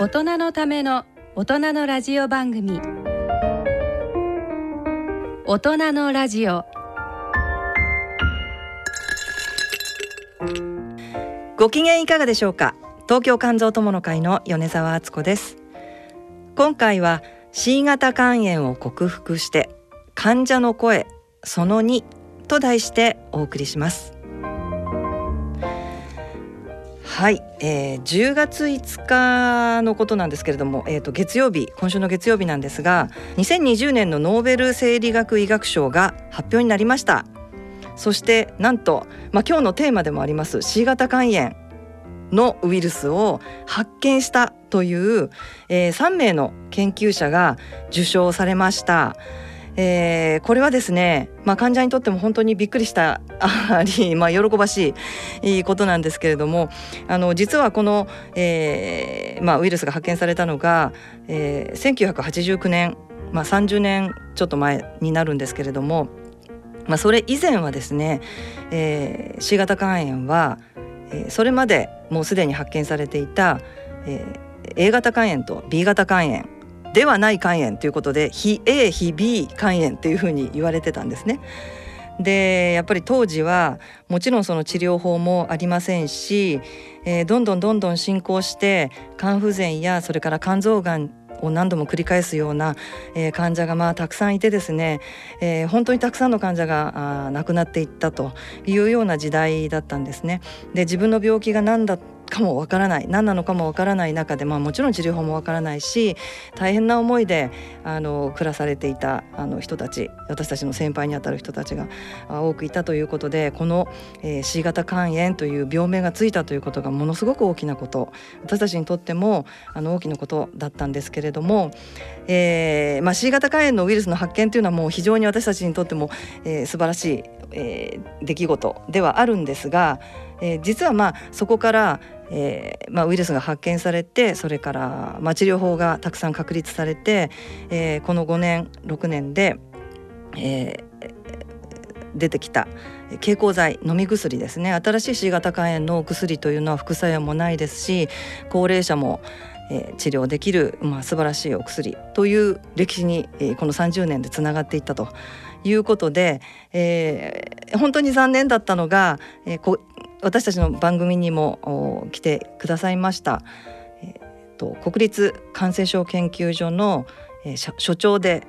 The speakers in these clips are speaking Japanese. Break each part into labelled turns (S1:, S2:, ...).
S1: 大人のための大人のラジオ番組大人のラジオ
S2: ご機嫌いかがでしょうか東京肝臓友の会の米澤敦子です今回は C 型肝炎を克服して患者の声その2と題してお送りしますはい、えー、10月5日のことなんですけれども、えー、と月曜日今週の月曜日なんですが2020年のノーベル生理学医学賞が発表になりましたそしてなんと、まあ、今日のテーマでもあります C 型肝炎のウイルスを発見したという、えー3名の研究者が受賞されました。えーこれはですね、まあ、患者にとっても本当にびっくりしたあり、まあ、喜ばしいいいことなんですけれどもあの実はこの、えーまあ、ウイルスが発見されたのが、えー1989年、まあ、30年ちょっと前になるんですけれども、まあ、それ以前はですね、えー C 型肝炎は、えーそれまでもうすでに発見されていた、えー A 型肝炎と B 型肝炎ではない肝炎ということで非 A 非 B 肝炎というふうに言われてたんですね。でやっぱり当時はもちろんその治療法もありませんし、えーどんどんどんどん進行して肝不全やそれから肝臓がんを何度も繰り返すような、えー患者がまあたくさんいてですね、えー本当にたくさんの患者があー亡くなっていったというような時代だったんですね。で自分の病気が何だかもわからない何なのかもわからない中で、まあ、もちろん治療法もわからないし大変な思いであの暮らされていたあの人たち私たちの先輩にあたる人たちがあ多くいたということでこの、えー C 型肝炎という病名がついたということがものすごく大きなこと私たちにとってもあの大きなことだったんですけれども、えーまあ、C 型肝炎のウイルスの発見というのはもう非常に私たちにとっても、えー素晴らしい、えー出来事ではあるんですが、えー実はまあそこからえーまあ、ウイルスが発見されてそれから、まあ、治療法がたくさん確立されて、えーこの5年6年で、えー出てきた経口剤飲み薬ですね新しい C 型肝炎のお薬というのは副作用もないですし高齢者も、えー治療できる、まあ、素晴らしいお薬という歴史に、えーこの30年でつながっていったということで、えー本当に残念だったのが、えーこ私たちの番組にもお来てくださいました、えーと国立感染症研究所の、えー所所長で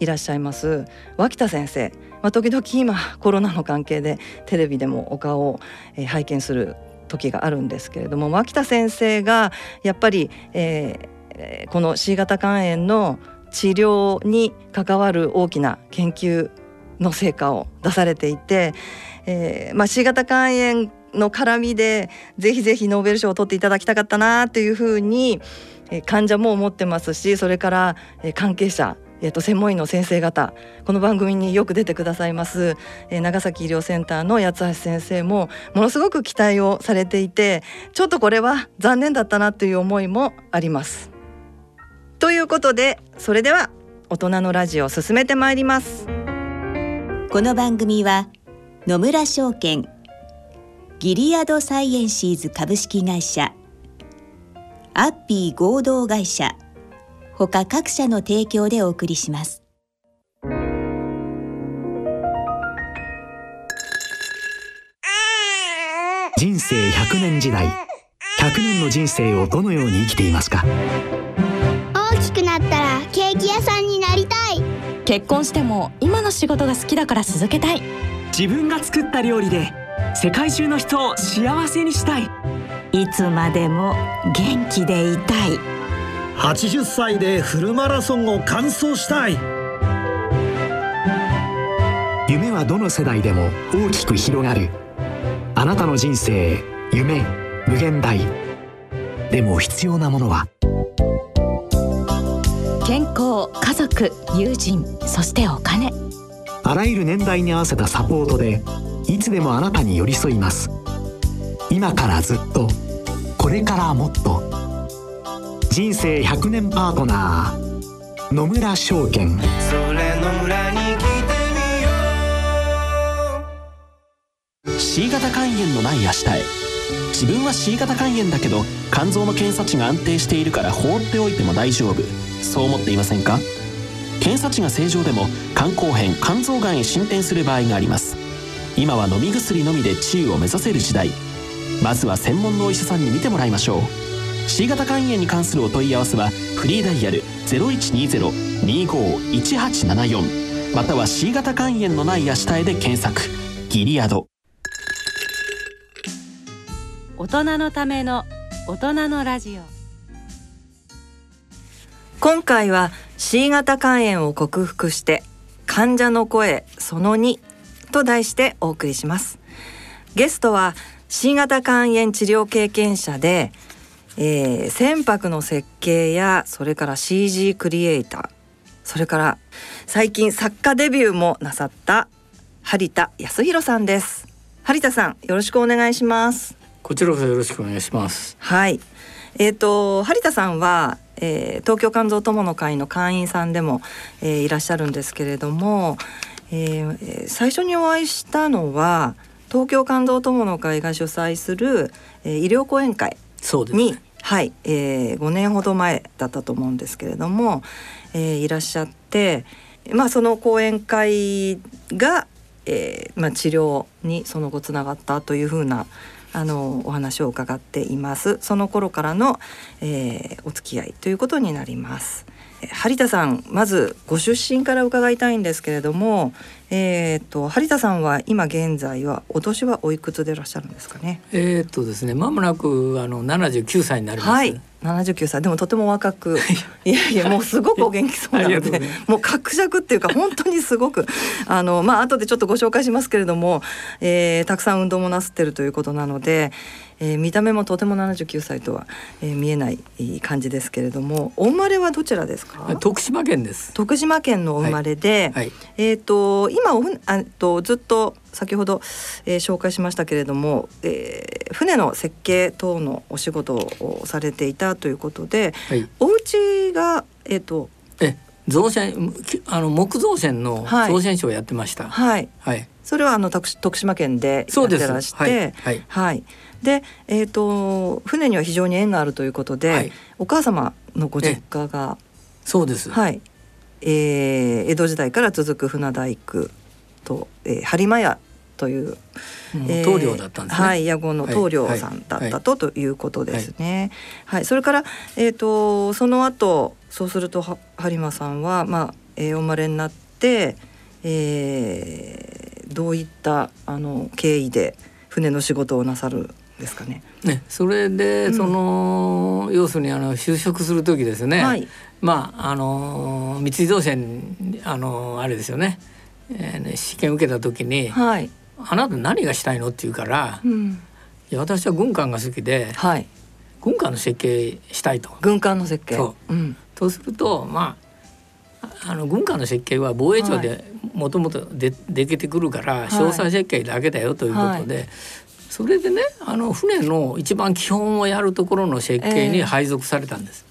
S2: いらっしゃいます脇田先生、まあ、時々今コロナの関係でテレビでもお顔を、えー拝見する時があるんですけれども脇田先生がやっぱり、えーえーこの C 型肝炎の治療に関わる大きな研究の成果を出されていて、えーまあ、C 型肝炎の絡みでぜひぜひノーベル賞を取っていただきたかったなというふうに、えー患者も思ってますしそれから、えー関係者、えーと専門医の先生方この番組によく出てくださいます、えー長崎医療センターの八橋先生もものすごく期待をされていてちょっとこれは残念だったなという思いもあります。ということでそれでは大人のラジオ進めてまいります。
S3: この番組は野村証券ギリアドサイエンシーズ株式会社アッピー合同会社ほか各社の提供でお送りします。
S4: 人生100年時代100年の人生をどのように生きていますか
S5: 大きくなったらケーキ屋さんになりたい
S6: 結婚しても今の仕事が好きだから続けたい
S7: 自分が作った料理で世界中の人を幸せにしたい
S3: いつまでも元気でいたい。
S8: 80歳でフルマラソンを完走したい
S4: 夢はどの世代でも大きく広がるあなたの人生夢無限大でも必要なものは
S6: 健康家族友人そしてお金
S4: あらゆる年代に合わせたサポートでいつでもあなたに寄り添います今からずっとこれからもっと人生100年パートナー野村証券
S9: それの村に来てみよう
S10: C 型肝炎のない明日へ自分は C 型肝炎だけど肝臓の検査値が安定しているから放っておいても大丈夫そう思っていませんか検査値が正常でも肝硬変肝臓がんへ進展する場合があります今は飲み薬のみで治癒を目指せる時代まずは専門のお医者さんに見てもらいましょう C 型肝炎に関するお問い合わせはフリーダイヤル0120-25-1874または C 型肝炎のない足体で検索ギリアド
S1: 大人のための大人のラジオ
S2: 今回は C 型肝炎を克服して患者の声その2と題してお送りしますゲストは C 型肝炎治療経験者で、えー船舶の設計やそれから CG クリエイターそれから最近作家デビューもなさった張田康弘さんです張田さんよろしくお願いします
S11: こちらこそよろしくお願いします。
S2: はい。えっ、と張田さんは、えー東京肝臓友の会の会員さんでも、えーいらっしゃるんですけれども、えーえー最初にお会いしたのは東京肝臓友の会が主催する、えー医療講演会
S11: そうですね。
S2: に、はい、えー5年ほど前だったと思うんですけれども、えーいらっしゃって、まあ、その講演会が、えーまあ、治療にその後つながったというふうなあのお話を伺っていますその頃からの、えーお付き合いということになります。えー張田さんまずご出身から伺いたいんですけれども、えー、と張田さんは今現在はお年はおいくつでいらっしゃるんですかね
S11: えーっとですね、まもなくあの七十九歳になります。
S2: はい、七十九歳、でもとても若く、いやいや、もうすごくお元気そうな
S11: あり
S2: の
S11: がとうご
S2: で
S11: ざいま。
S2: もう格尺っていうか、本当にすごく、あの、まあ、後でちょっとご紹介しますけれども。えーたくさん運動もなすってるということなので、えー見た目もとても七十九歳とは、えー見えない感じですけれども。お生まれはどちらですか。
S11: 徳島県です。
S2: 徳島県のお生まれで、
S11: はい。
S2: えー、と今おふあとずっと先ほど、えー紹介しましたけれども、えー船の設計等のお仕事をされていたということで
S11: はい。
S2: お家がえっ、と
S11: え、造船きあの木造船の
S2: はい
S11: 造船所をやってました。はい。
S2: はいそれはあのたくし徳島県でや
S11: そう
S2: っ
S11: で
S2: て
S11: す。
S2: らして、
S11: はい。はい。
S2: はいでえー、と船には非常に縁があるということで、
S11: はい
S2: お母様のご実家が、
S11: そうです。
S2: はいえー江戸時代から続く船大工と、えー、播磨屋という
S11: もう
S2: えー
S11: 棟梁だったんですね。
S2: はい、屋号の棟梁さんだったと、ということですね。はい、それから、えっ、と、その後、そうすると、は、播磨さんは、まあ、えーお生まれになって。えーどういった、あの、経緯で、船の仕事をなさるんですかね。
S11: ね、それで、
S2: うん
S11: その要するにあの就職する時ですね。
S2: はい、
S11: まああの三井造船あのあれですよね。えーね試験受けた時に、
S2: はい、
S11: あなた何がしたいのって言うから、い
S2: うん、
S11: や私は軍艦が好きで
S2: はい、
S11: 軍艦の設計したいと。
S2: 軍艦の設計。、
S11: そう
S2: ん、
S11: とするとまあああの軍艦の設計は防衛庁
S2: は
S11: でもともとでできてくるから
S2: い
S11: 詳細設計だけだよということで、それでねあの船の一番基本をやるところの設
S2: え
S11: 計
S2: え
S11: に配属されたんです。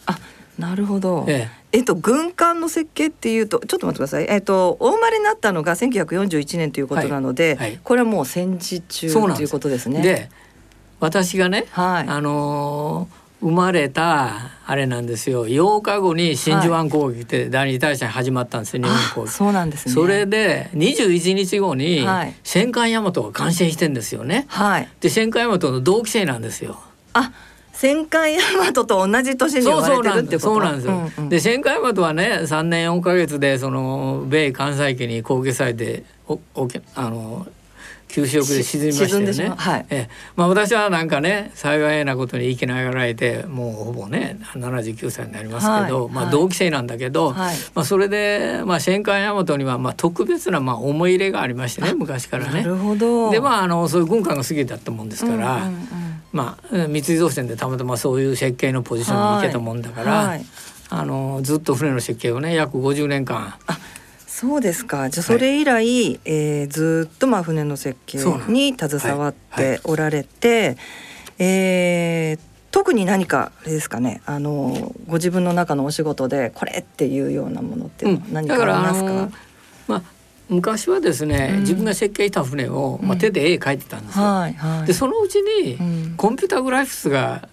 S2: なるほど。
S11: え
S2: えっと、軍艦の設計っていうとちょっと待ってください、えっと、お生まれになったのが1941年ということなので、
S11: はいはい
S2: これはもう戦時中
S11: そうな
S2: とい
S11: んで
S2: う
S11: す
S2: ことです
S11: え
S2: ね。
S11: で私がね、
S2: はい、
S11: あのー生まれたあれなんですよ8日後に真珠湾攻撃って第二次大戦始まったんですよ、日本攻
S2: あ
S11: 撃。
S2: そうなんですね。
S11: それで21日後に
S2: はい
S11: 戦艦大和が完成してんですよね。
S2: はい、
S11: で戦艦大和の同期生なんですよ。
S2: あ戦艦大和と同じ年に生まれてるってこと
S11: そうなんです。そうなんですよ。
S2: んん
S11: で戦艦大和はね3年4ヶ月でその米関西機に攻撃されておおけあの九州沖で沈みました
S2: 沈ん
S11: よ
S2: でし
S11: ね。
S2: まうはい
S11: ええまあ私はなんかね幸いなことに生きながらえてもうほぼね79歳になりますけど、
S2: はい
S11: ま
S2: は
S11: あ
S2: い
S11: 同期生なんだけど、
S2: はい
S11: まあそれでまあ戦艦大和にはまあ特別なまあ思い入れがありましてね昔から
S2: な
S11: ね。
S2: るほど。
S11: でまああのそういう軍艦が過ぎだったもんですから。
S2: うんうんうん
S11: まあ、えー三井造船でたまたまそういう設計のポジションに行けたもんだから、
S2: はい
S11: あのずっと船の設計をね約50年間
S2: そうですか。じゃあそれ以来、えーずーっとまあ船の設計
S11: そうなん
S2: に携わっ
S11: はいは
S2: ておられて、えー特に何かあれですかね。あのご自分の中のお仕事でこれっていうようなものっていうのは何
S11: だ
S2: か
S11: か
S2: あり
S11: ら
S2: ま
S11: あ
S2: すか。
S11: のまあ昔はですね、
S2: うん
S11: 自分が設計した船を、
S2: うん
S11: まあ、手で絵描いてたんですよ。
S2: はいはい。
S11: でそのうちに、
S2: うん
S11: コンピュータグラフィクスが、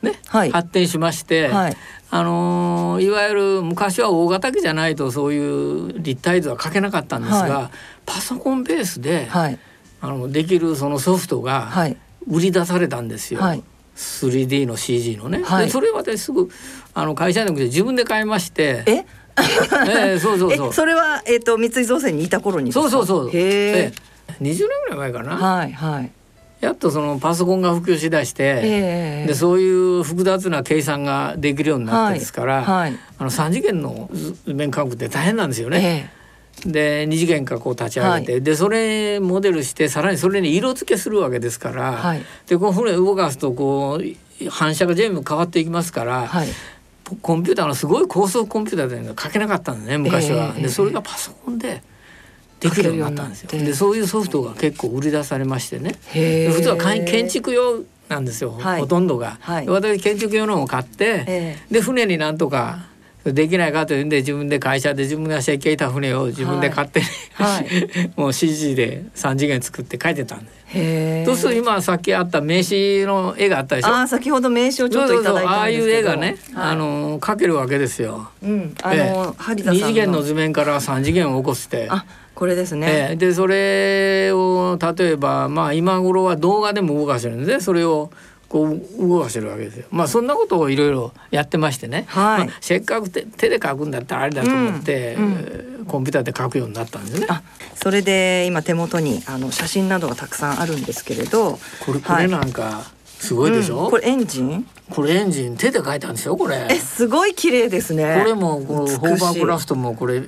S11: ね
S2: はい
S11: 発展しまして、
S2: はい
S11: あのーいわゆる昔は大型機じゃないとそういう立体図は描けなかったんですが、
S2: は
S11: パソコンベースで、
S2: はい
S11: あのできるそのソフトが、
S2: はい
S11: 売り出されたんですよ、
S2: はい
S11: 3D の CG のね、
S2: はい
S11: でそれを私すぐあの会社じゃなくて自分で買いまして
S2: え？
S11: ええそうそうそう
S2: えそれはえっ、と三井造船にいた頃にです
S11: そ
S2: か
S11: うそうそう
S2: へえ
S11: ええ。20年ぐらい前かな、
S2: はいはい。
S11: やっとそのパソコンが普及しだして、
S2: ええ
S11: でそういう複雑な計算ができるようになってですか
S2: は
S11: ら、
S2: いはい
S11: あの3次元の図面科学って大変なんですよね。
S2: え
S11: で2次元からこう立ち上げて、でそれモデルしてさらにそれに色付けするわけですから、
S2: はい
S11: でこう船動かすとこう反射が全部変わっていきますから、
S2: えはい。
S11: コンピューターのすごい高速コンピューターというのが書けなかったんですね昔は。
S2: ええ
S11: でそれがパソコンでできるようになったんですよ。
S2: 書けるようになって
S11: でそういうソフトが結構売り出されましてね。
S2: へえ
S11: で普通はかん建築用なんですよ、
S2: はい
S11: ほとんどが。
S2: はい
S11: で私建築用のを買って、
S2: え
S11: で船になんとかできないかというんで自分で会社で自分が設計した船を自分で買って、
S2: はい
S11: もう CG で3次元作って書いてたんです。
S2: へえ。
S11: そうすると今さっきあった名刺の絵があったでしょ。
S2: ああ先ほど名刺をちょっといただい
S11: あ
S2: た
S11: あ
S2: ん
S11: い
S2: です
S11: う
S2: け
S11: 絵
S2: ど。
S11: がね、
S2: はい
S11: あの描けるわけですよ。
S2: うんあ
S11: ええ
S2: の萩田さん
S11: 二次元の図面から三次元を起こして。
S2: あこれです
S11: ええ
S2: ね。
S11: でそれを例えばまあ今頃は動画でも動かしてるんでそれをこう動かしてるわけですよ。まあそんなことをいろいろやってましてね、
S2: はい
S11: まあせっかく手手で描くんだったらあれだと思って、
S2: うんうん
S11: えーコンピューターで描くようになったんですね。
S2: あそれで今手元にあの写真などがたくさんあるんですけれど。
S11: これこれなんかすごいでしょ、
S2: うんこれエンジン？
S11: これエンジン手で描いたんですよこれ。
S2: えすごい綺麗ですね。
S11: これもこの
S2: 美しい
S11: ホーバークラフトもこれ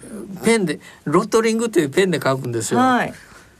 S11: ペンでロットリングっていうペンで書くんですよ。
S2: はい。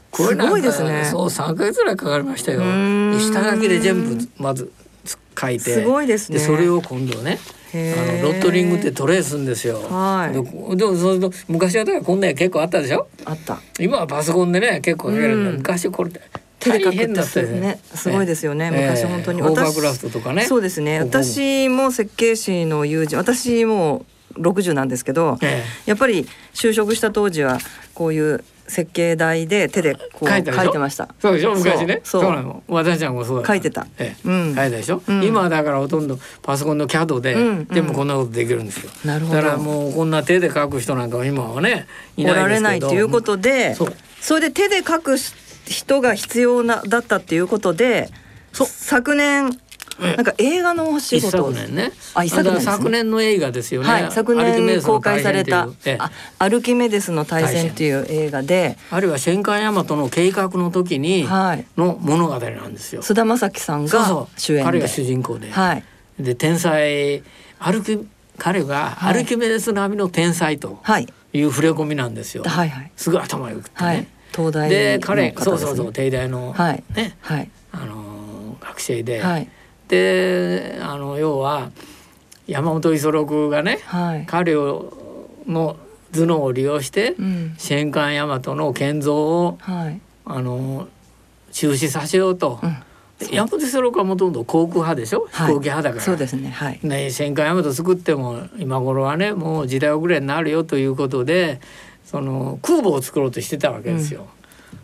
S11: これなんか
S2: すごいですね
S11: そう3ヶ月ぐらいかかりましたよ。
S2: うーん
S11: で下書きで全部まずつ書いて
S2: すごいですね
S11: それを今度ねあ
S2: へー
S11: のロットリングってトレースするんですよ。
S2: はい
S11: でこでもその昔はだからこんなや結構あったでしょ
S2: あった。
S11: 今はパソコンでね結構書けるんだ、
S2: うん
S11: 昔これ
S2: 手で書
S11: 大
S2: くっ
S11: 変だ
S2: て
S11: っ
S2: す
S11: た
S2: ご
S11: よ
S2: いね
S11: ね。
S2: すごいですよね。
S11: ええ
S2: 昔本当に
S11: ホーバークラフトとかね。
S2: そうですね。
S11: ここも
S2: 私も設計士の友人、私も六十なんですけど、
S11: え
S2: やっぱり就職した当時はこういう設計台で手でこう書
S11: 書
S2: い
S11: い
S2: て
S11: たでしょ
S2: ました。
S11: そうでしょ昔ね
S2: そ
S11: そうう
S2: そう
S11: なの私ちゃんもそうだ
S2: 書いてた
S11: ええ
S2: うん
S11: 書いたでしょ、
S2: うん
S11: 今はだからほとんどパソコンの CAD で、
S2: うん
S11: でもこんなことできるんですよ
S2: なるほど
S11: だからもうこんな手で書く人なんかは今はねいないですけど
S2: おられないということで、
S11: そ
S2: そうれで手で書く人が必要なだったっていうことで、
S11: そう
S2: 昨年
S11: ええ
S2: なんか映画のお仕
S11: 一
S2: 事
S11: 昨
S2: を
S11: 年ね
S2: あ一昨年ですね
S11: だから昨年の映画ですよね、
S2: はい、昨
S11: アルキメデ
S2: 年
S11: スの
S2: 公開
S11: 大戦
S2: さ
S11: という
S2: れた
S11: ええ
S2: あアルキメデスの対戦っていう映画で、
S11: あるいは戦艦大和の計画の時に
S2: はい
S11: の物語なんですよ、
S2: 菅田将暉さん
S11: そう
S2: が
S11: そう
S2: 主演
S11: 彼
S2: で、
S11: が主人公で、
S2: はい
S11: で天才歩き彼が
S2: はい
S11: アルキメデス並みの天才と
S2: はい
S11: いう触れ込みなんですよ、
S2: はいはい
S11: すごい頭よくってね、
S2: はい東大の方
S11: で
S2: で
S11: 彼
S2: すね
S11: そうそうそう帝大の、
S2: はい
S11: ね、
S2: はい
S11: あのー学生で、
S2: はい
S11: であの要は山本五十六がね、
S2: はい
S11: 彼をの頭脳を利用して、
S2: うん
S11: 戦艦大和の建造を
S2: はい
S11: あのー中止させようと、
S2: うん
S11: 山本五十六はもともと航空派でしょ、
S2: はい
S11: 飛行機派だから。
S2: そうですねはい
S11: ね、戦艦大和作っても今頃はねもう時代遅れになるよということでその空母を作ろうとしてたわけですよ。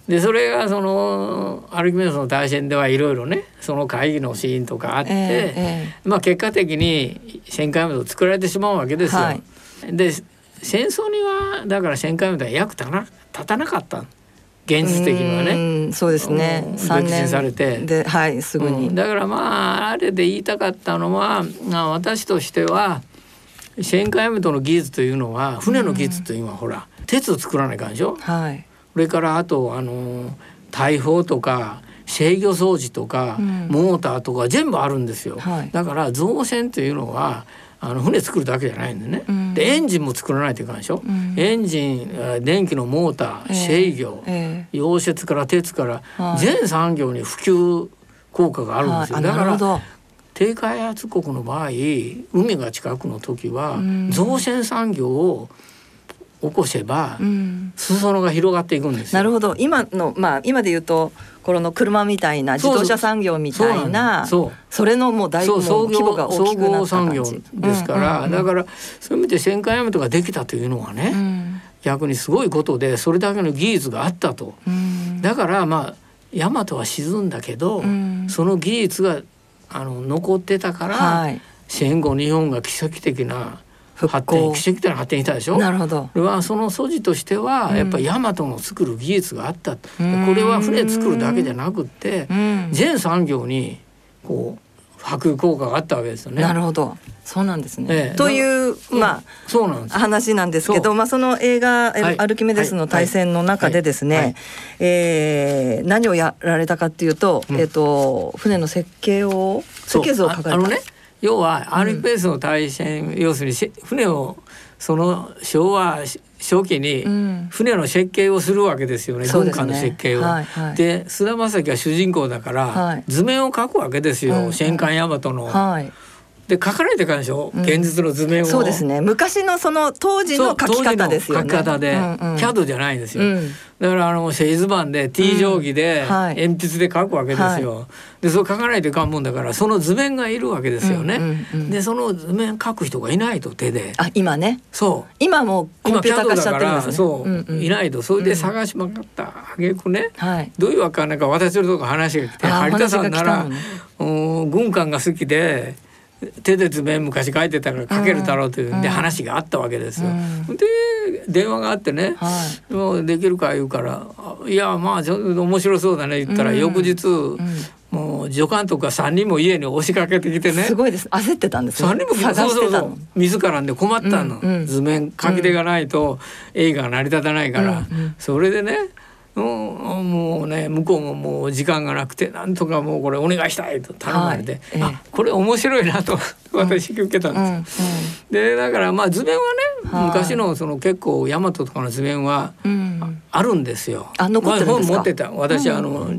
S11: でそれがそのアルキメデスの大戦ではいろいろねその会議のシーンとかあって、
S2: えええ
S11: まあ、結果的に戦艦大和を作られてしまうわけですよ。
S2: はい
S11: で戦争にはだから戦艦大和は役立たな立たなかった現実的にはね。
S2: うんそうですね
S11: うん
S2: 三
S11: 撃
S2: 年
S11: 沈されて
S2: ではいすぐに、
S11: うんだからまああれで言いたかったのは、まあ、私としては戦艦ヤマトの技術というのは船の技術というのはほら、鉄を作らないかんでしょ
S2: はい
S11: それからあとあの大砲とか制御装置とか、
S2: うん
S11: モーターとか全部あるんですよ、
S2: はい
S11: だから造船というのはあの船作るだけじゃないんでね、
S2: うん
S11: でエンジンも作らないといかんでしょ、
S2: うん
S11: エンジンえー電気のモーター、
S2: ええ
S11: 制御、
S2: え
S11: 溶接から鉄から、
S2: はい
S11: 全産業に普及効果があるんですよ、
S2: はいあ
S11: だ
S2: なるほ
S11: か
S2: ど
S11: ら低開発国の場合海が近くの時は
S2: うん
S11: 造船産業を起こせば、
S2: うん
S11: 裾野が広がっていくんですよ
S2: なるほど今のまあ今で言うとこの車みたいな自
S11: そうそう
S2: 動車産業みたいな
S11: そう
S2: それのもう大
S11: そう
S2: もう
S11: 総
S2: 規模が
S11: 合
S2: 大
S11: 総
S2: きくな
S11: 合
S2: った感
S11: 産
S2: じ
S11: 業ですから、
S2: うんうんうん
S11: だからそういう意味で戦艦ヤマトができたというのはね、
S2: うん
S11: 逆にすごいことでそれだけの技術があったと。だからまあ大和は沈んだけど、その技術があの残ってたから、
S2: はい
S11: 戦後日本が奇跡的な発展奇跡的な発展したでしょ
S2: なるほど
S11: これはその素地としてはやっぱり大和の作る技術があった、これは船作るだけじゃなくって、全産業にこう波及効果があったわけですよね。
S2: なるほどそうなんですね、
S11: ええ
S2: というまあ、
S11: そうなんです よ
S2: 話なんですけど、まあ、その映画え
S11: はい
S2: アルキメデスの対戦の中でですね、
S11: はいはい
S2: えー何をやられたかっていうと、えっと船の設計を設
S11: そう
S2: 計図を書かれた
S11: ああのね要は RPS の対戦、要するにし船をその昭和初期に
S2: うん
S11: 船の設計をするわけですよね、
S2: そう
S11: 軍
S2: ですね
S11: 艦の設計を。
S2: はいはい
S11: で菅田将暉が主人公だから、
S2: はい
S11: 図面を描くわけですよ、
S2: うん
S11: 戦艦大和の。
S2: はい
S11: で書かれてからでしょ、
S2: うん
S11: 現実の図面を。
S2: そうですね昔のその当時
S11: そう。
S2: の書き方ですよね
S11: 当時の書き方で、
S2: うんうん
S11: キャドじゃないんですよ。
S2: うん
S11: だからあの製図版で T 定規で
S2: うんはい
S11: 鉛筆で書くわけですよ。でそう書かないといかんもんだからその図面がいるわけですよね。
S2: うんうんうん
S11: でその図面書く人がいないと手で。
S2: あ今ね
S11: そう。
S2: 今もうコンピューター化しちゃってるんですね
S11: そう、
S2: んん
S11: いないとそれで探しまかった挙句ね、
S2: はい
S11: どういうわけかなんか私のとこ話が来て
S2: あー
S11: 有田さんなら、
S2: 話が来
S11: うん軍艦が好きで手で図面昔書いてたから書けるだろうというんで
S2: うん
S11: 話があったわけですよ。
S2: う
S11: で電話があってね、
S2: は
S11: もうできるか言うから「あいやまあちょっと面白そうだね」言ったら
S2: うん
S11: 翌日、
S2: ん
S11: もう助監督が3人も家に押しかけてきてね
S2: すごいです焦ってたんですよ
S11: 三人も
S2: 探
S11: そう
S2: し
S11: そ
S2: て
S11: う
S2: た
S11: そ
S2: の
S11: う自らで困ったの、
S2: うんうん
S11: 図面書き手がないと映画が成り立たないから、
S2: うんうん
S11: それでねもうもうね向こうももう時間がなくてなんとかもうこれお願いしたいと頼まれて、
S2: はいええ
S11: あこれ面白いなと私受けたんですよ。でだからまあ図面はね、
S2: はい
S11: 昔のその結構大和とかの図面は
S2: うんうんうん
S11: あるんですよ。
S2: あ残ってるんですか
S11: まあ本持ってた。私、あの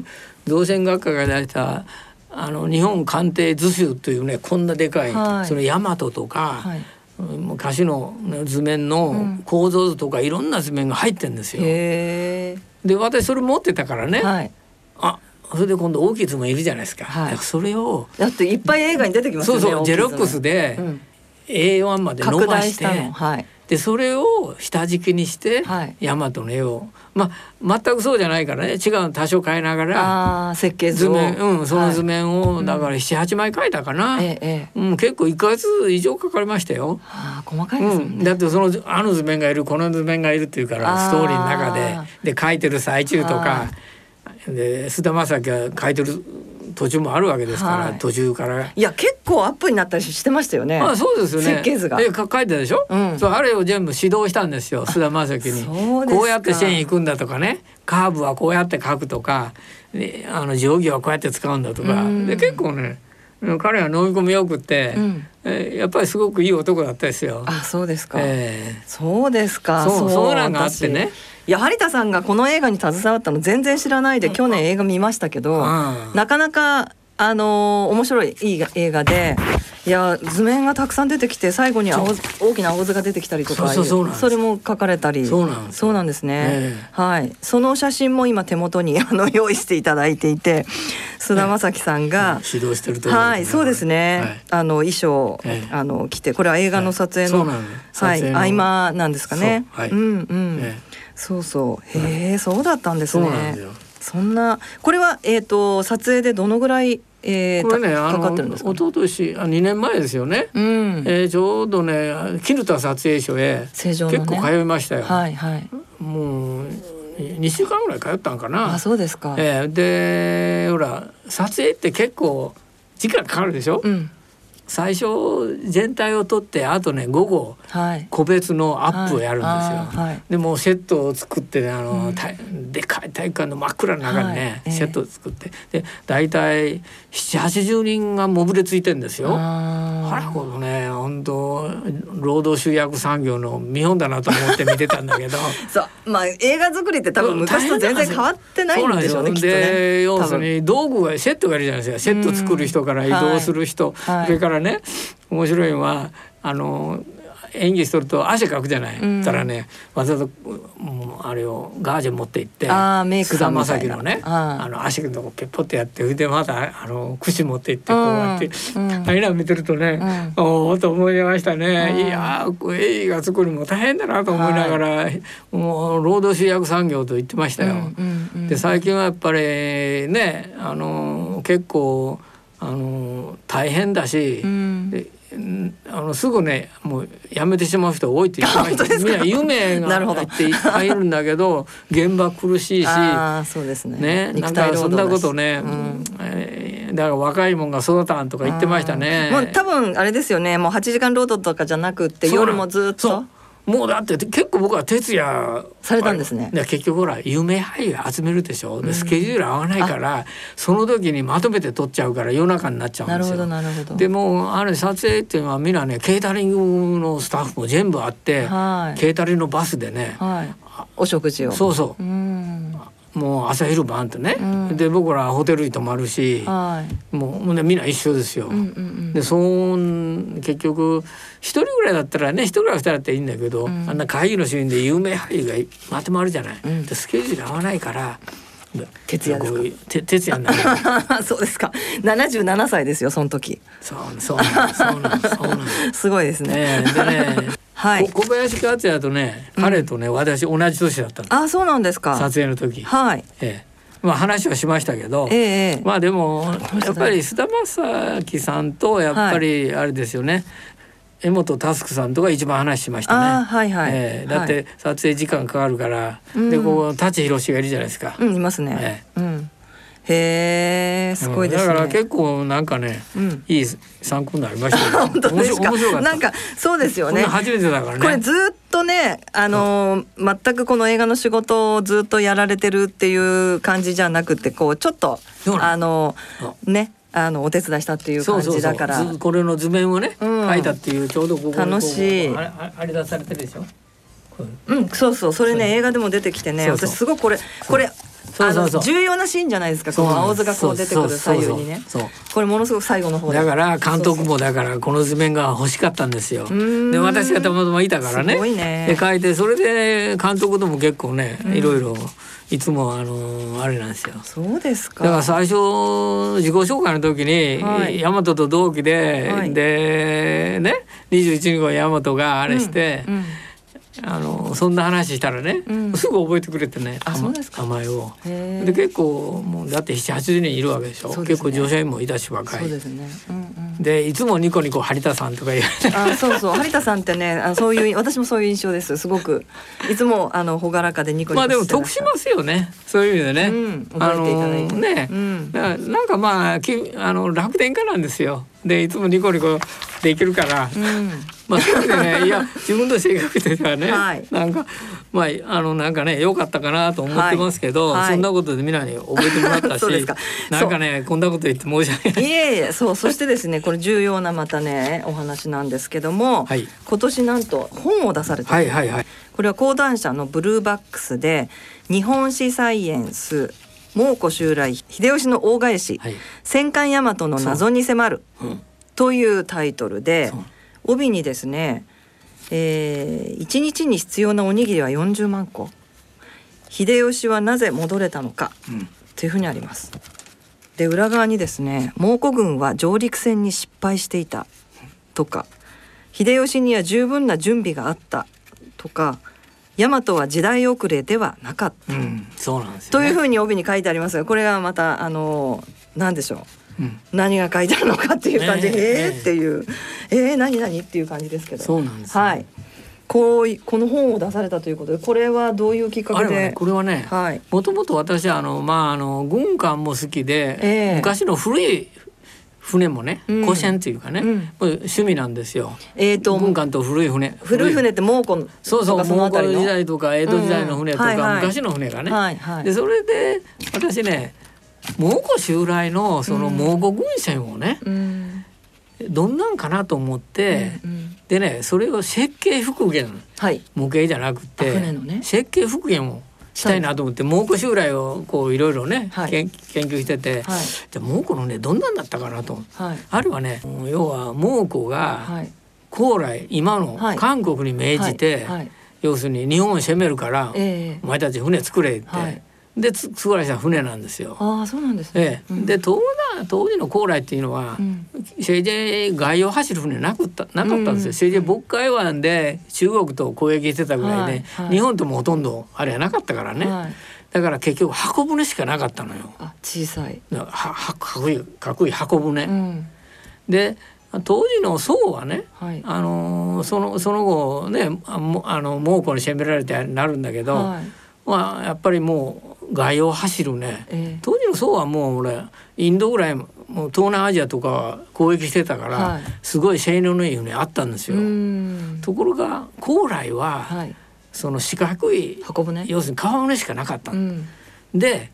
S11: 造船学科が出したあの日本鑑定図集というねこんなでかい、
S2: はい
S11: その大和とか、
S2: はい
S11: 昔の図面の
S2: ん
S11: 構造図とかいろんな図面が入ってんですよ。
S2: へ
S11: で私それ持ってたからね。
S2: えはい
S11: あそれで今度大きい図面いるじゃないですか。
S2: はい
S11: だからそれを
S2: だっていっぱい映画に出てきますよ
S11: そ
S2: ね
S11: うそうジェロックス
S2: で、
S11: で
S2: うん、
S11: A1 まで伸
S2: 拡
S11: ば
S2: 大
S11: し。
S2: してたのはい
S11: でそれを下敷きにして、
S2: はい
S11: 大和の絵を、まあ、全くそうじゃないからね違うの多少変えながら
S2: ああ設計図
S11: 図
S2: を
S11: 面、うん、その図
S2: は
S11: 面を、
S2: うん
S11: だから78枚描いたかな、
S2: い、ええええ
S11: うん、結構1ヶ月以上かかりましたよ。
S2: ああ細かいです
S11: う
S2: もん
S11: ん、
S2: ね、
S11: だってそのあの図面がいるこの図面がいるっていうから
S2: あー
S11: ストーリーの中でで書いてる最中と
S2: は
S11: かで菅田将暉が書いてる途中もあるわけですから、
S2: はい
S11: 途中から
S2: いや結構アップになったりしてましたよね
S11: あそうですよね。
S2: 設計図が
S11: えか書いてたでしょ。
S2: うん
S11: そうあれを全部指導したんですよ。菅田将暉に
S2: そうですか
S11: こうやって線引くんだとかね、カーブはこうやって書くとか、ねあの定規はこうやって使うんだとか。
S2: うん
S11: で結構ね、うん彼は飲み込みよくって、
S2: うん
S11: えやっぱりすごくいい男だったですよ。
S2: あそうですか、
S11: ええ
S2: そうですか
S11: そうそうなんかあってね
S2: 私いや有田さんがこの映画に携わったの全然知らないで去年映画見ましたけど、
S11: うん
S2: なかなかあのー面白いいい映画でいや図面がたくさん出てきて最後に青大きな青図が出てきたりとか
S11: そうそうそうなんです
S2: それも書かれたり
S11: そうなんですよ
S2: そうなんですね、
S11: ええ
S2: はいその写真も今手元に あの用意していただいていて菅田将暉さんが、
S11: 指導してるところ
S2: はい、そうですね。
S11: はい
S2: あの衣装を、
S11: ええ
S2: あの着て、これは映画の撮影の、
S11: はいそうなの
S2: はい、
S11: 撮影の
S2: 合間なんですかね。
S11: そうはい
S2: うんうん、
S11: ええ
S2: そうそう、へえ、そうだったんです
S11: そう
S2: ね。
S11: なんですよ。
S2: そんな、これはえっ、と撮影でどのぐらい、えー、
S11: これね、
S2: た
S11: あ
S2: かか
S11: の、
S2: ってるんですか、
S11: 一昨年、あ、2年前ですよね。
S2: うん、
S11: えーちょうどね、絹田撮影所へ
S2: 正常のね。
S11: 結構通いましたよ。
S2: はいはい。
S11: もう2週間ぐらい通ったんかな。
S2: あ、そうですか。
S11: ええでほら撮影って結構時間かかるでしょ、
S2: うん、
S11: 最初全体を撮ってあとね午後
S2: はい。
S11: 個別のアップをやるんですよ。
S2: はいあーはい
S11: でもうセットを作ってねあの、たでかい体育館の真っ暗の中に
S2: はい
S11: ね、
S2: ええ
S11: セットを作ってで大体780人がモブでついてんですよ。
S2: あ
S11: あらこのね本当労働集約産業の見本だなと思って見てたんだけど。
S2: ーそう、まあ映画作りって多分昔と全然変わってないんでしょうね、きっと
S11: そうなんですよで
S2: ね。
S11: 要
S2: 多
S11: する
S2: 分
S11: に道具がセットがいるじゃないですかセット作る人から移動する人、
S2: はい
S11: それからね面白いのはあの演技しとると汗かくじゃない、たらねわざわざもうあれをガージェ持って行って
S2: あーメイクだ
S11: 菅
S2: み
S11: 田
S2: た
S11: 将
S2: い
S11: 暉
S2: な
S11: のね
S2: あ
S11: あ
S2: ー
S11: の足のとこペッポってやって腕まだあの櫛持って行ってこうやって、ああいうの見てるとね、おおと思いましたね、いやーこう映画作るのも大変だなと思いながら、もう労働集約産業と言ってましたよ。で最近はやっぱりねあの結構あの大変だし、でんあのすぐねもう辞めてしまう人多いって言ってましたみんな夢が
S2: なるほど
S11: あっていっぱいいるんだ けど現場苦しいし。
S2: ああそうですね
S11: ね、なんかそんなことね、えーだから若いもんが育たんとか言ってましたね。
S2: もう多分あれですよねもう8時間労働とかじゃなくって
S11: そうな
S2: 夜
S11: ん
S2: もずっ
S11: そ
S2: と
S11: うもうだって結構僕は徹夜
S2: されたんですね
S11: で結局ほら有名俳優集めるでしょでスケジュール合わないからその時にまとめて撮っちゃうから夜中になっちゃうん
S2: な
S11: で
S2: る
S11: す
S2: ほど
S11: よ。
S2: なるほど
S11: でもうあれ撮影っていうのはみんなねケータリングのスタッフも全部あって、
S2: はい
S11: ケータリングのバスでね、
S2: はいお食事を
S11: そうそう
S2: うん
S11: もう朝昼晩ってね、
S2: うん
S11: で僕らホテルに泊まるし
S2: はい
S11: もうほんでみんな一緒ですよ。
S2: うんうん
S11: でそん結局一人ぐらいだったらね一人ぐらい二人だったらいいんだけど、あんな会議の主任で有名俳優がまとまるじゃない、でスケジュール合わないからで
S2: 徹夜ですか
S11: こうて徹夜に なる
S2: うんそうですか77歳ですよその時
S11: そうそうなんそうなんそうなん
S2: すごいですね
S11: ねえでね、
S2: はい
S11: こ小林克也とね彼とね、私同じ年だったの
S2: ああそうなんですか
S11: 撮影の時、
S2: はい
S11: ええ、まあ話はしましたけど、
S2: ええええ
S11: まあでも
S2: の人だ
S11: やっぱり菅田将暉さんとやっぱりあれですよね、江本佑さんとか一番話しましたね。
S2: あーはいはい
S11: ええだっ
S2: は
S11: て撮影時間かかるから、でこう舘ひろしがいるじゃないですか。
S2: うんいますねうんへえすごいです
S11: うんだから
S2: ね
S11: 結構なんかね、
S2: うん
S11: いい参考になりましたよ
S2: 本当ですか
S11: 面白面白かった。
S2: なんかそうですよ
S11: こんな
S2: ね
S11: の初めてだからね。
S2: これずっとね、あのー全くこの映画の仕事をずっとやられてるっていう感じじゃなくてこうちょっと
S11: そうなの
S2: あのーねあのお手伝いしたっていう感じだから
S11: そうそうそうずこれの図面をね、
S2: うん
S11: 書いたっていうちょうどここにこう
S2: 楽しい
S11: あれああれ出されてるでしょこう
S2: うんそうそうそれね映画でも出てきてね
S11: そうそう
S2: 私すごくこれこれ
S11: そうそうそう
S2: あの重要なシーンじゃないですかこの青図がこう出てくる左右にね
S11: そうそうそうそう
S2: これものすごく最後の方で
S11: だから監督もだからこの図面が欲しかったんですよ。で私がたまたまいたからね
S2: すごいね
S11: で書いてそれで監督とも結構ねいろいろいつもあのあれなんですよ。
S2: そうですか
S11: だから最初自己紹介の時に、
S2: はい
S11: 大和と同期で、
S2: はい
S11: でね21号大和があれして、
S2: うん
S11: あのそんな話したらね、
S2: うん
S11: すぐ覚えてくれてね
S2: あそうですか
S11: 名前を。
S2: へー
S11: で結構もうだって780人いるわけでしょ
S2: そうですね
S11: 結構乗車員もいたし若い。
S2: そうですねうんうん
S11: でいつもニコニコ張田さんとか言われて
S2: あそうそう有田さんってねあそういう私もそういう印象ですすごくいつもあの朗らかでニコニコ
S11: まあでも
S2: してらっ
S11: 得
S2: し
S11: し
S2: ゃる
S11: ますよねそういう意味でね、
S2: うん覚えていただいて
S11: あのね、
S2: うん
S11: だからなんかまあきあの楽天家なんですよでいつもニコニコできるから、まあそういう意味 でねいや自分の性格としてはね、
S2: はい
S11: なんかまああのなんかね良かったかなと思ってますけど、
S2: はいはい
S11: そんなことで皆に覚えてもらった し
S2: そうですか
S11: なんかねこんなこと言って申し訳ない
S2: いえいえそうそしてですねこれ重要なまたねお話なんですけども、
S11: はい
S2: 今年なんと本を出されてる、
S11: はいはいはい
S2: これは講談社のブルーバックスで「日本史サイエンス蒙古襲来秀吉の大返し、
S11: はい
S2: 戦艦大和の謎に迫る
S11: うん」
S2: というタイトルで
S11: そう
S2: 帯にですね、えー一日に必要なおにぎりは40万個秀吉はなぜ戻れたのか」
S11: うん
S2: というふうにあります。で裏側にですね蒙古軍は上陸戦に失敗していたとか秀吉には十分な準備があったとか大和は時代遅れではなかった、
S11: うんそうなんですよ
S2: と
S11: ね、
S2: いうふうに帯に書いてありますがこれがまたあの何でしょ
S11: うん
S2: う何が書いてあるのかっていう感じ、
S11: ねえ
S2: え
S11: ね
S2: ー
S11: え
S2: っていうえー、何何っていう感じですけど
S11: そうなんですよ
S2: はいこういこの本を出されたということでこれはどういうきっか
S11: あ
S2: け
S11: れは
S2: で
S11: ねこれはね、
S2: はい
S11: もともと私はあの、まあ、あの軍艦も好きで、
S2: ええ
S11: 昔の古い船もね
S2: うん
S11: 古船っていうかね、
S2: うん
S11: もう趣味なんですよ。
S2: えーと
S11: 軍艦と古い船
S2: 古い船って蒙古とか
S11: そうそう
S2: その
S11: 蒙
S2: あたり
S11: 古
S2: の
S11: 時代とか江戸時代の船とか、
S2: うんうんはいはい
S11: 昔の船がね。
S2: はいはい
S11: でそれで私ね蒙古襲来のその蒙古軍船をね、
S2: うん
S11: どんなんかなと思って、
S2: うん
S11: でねそれを設計復元
S2: はい
S11: 模型じゃなくて
S2: あ船のね
S11: 設計復元をしたいなと思って蒙古襲来をこういろいろね、
S2: はい
S11: 研研究してて、
S2: はい
S11: じゃあ蒙古のねどんなんだったかなと。
S2: はい
S11: あるはね要は蒙古が
S2: はい
S11: 高麗今の
S2: はい
S11: 韓国に命じて、
S2: はいはい
S11: 要するに日本を攻めるから、
S2: ええ
S11: お前たち船作れって、
S2: はい
S11: でつ作られた船なんですよ。
S2: ああそうなんですね。
S11: ええで東南当時の高麗っていうのは、政治外洋走る船なくったなかったんですよ、政治渤海湾で中国と交易してたぐらいで、
S2: はいはい
S11: 日本ともほとんどあれはなかったからね、
S2: はい
S11: だから結局箱舟しかなかったのよ。
S2: あ小さい。
S11: ははかっこいいかっこいい箱舟、
S2: うん
S11: で当時の宋はね、
S2: はい
S11: あのーそのその後ねあもあの蒙古に攻められてなるんだけど、
S2: はい
S11: まあやっぱりもう外洋走るね、
S2: え
S11: 当時の宋はもう俺インドぐらいもう東南アジアとかは交易してたから、
S2: はい
S11: すごい性能のいい船あったんです
S2: え
S11: よ。
S2: うん
S11: ところが高麗は、
S2: はい
S11: その四角い
S2: 箱舟。
S11: 要するに川舟しかなかった
S2: う
S11: の
S2: ん
S11: で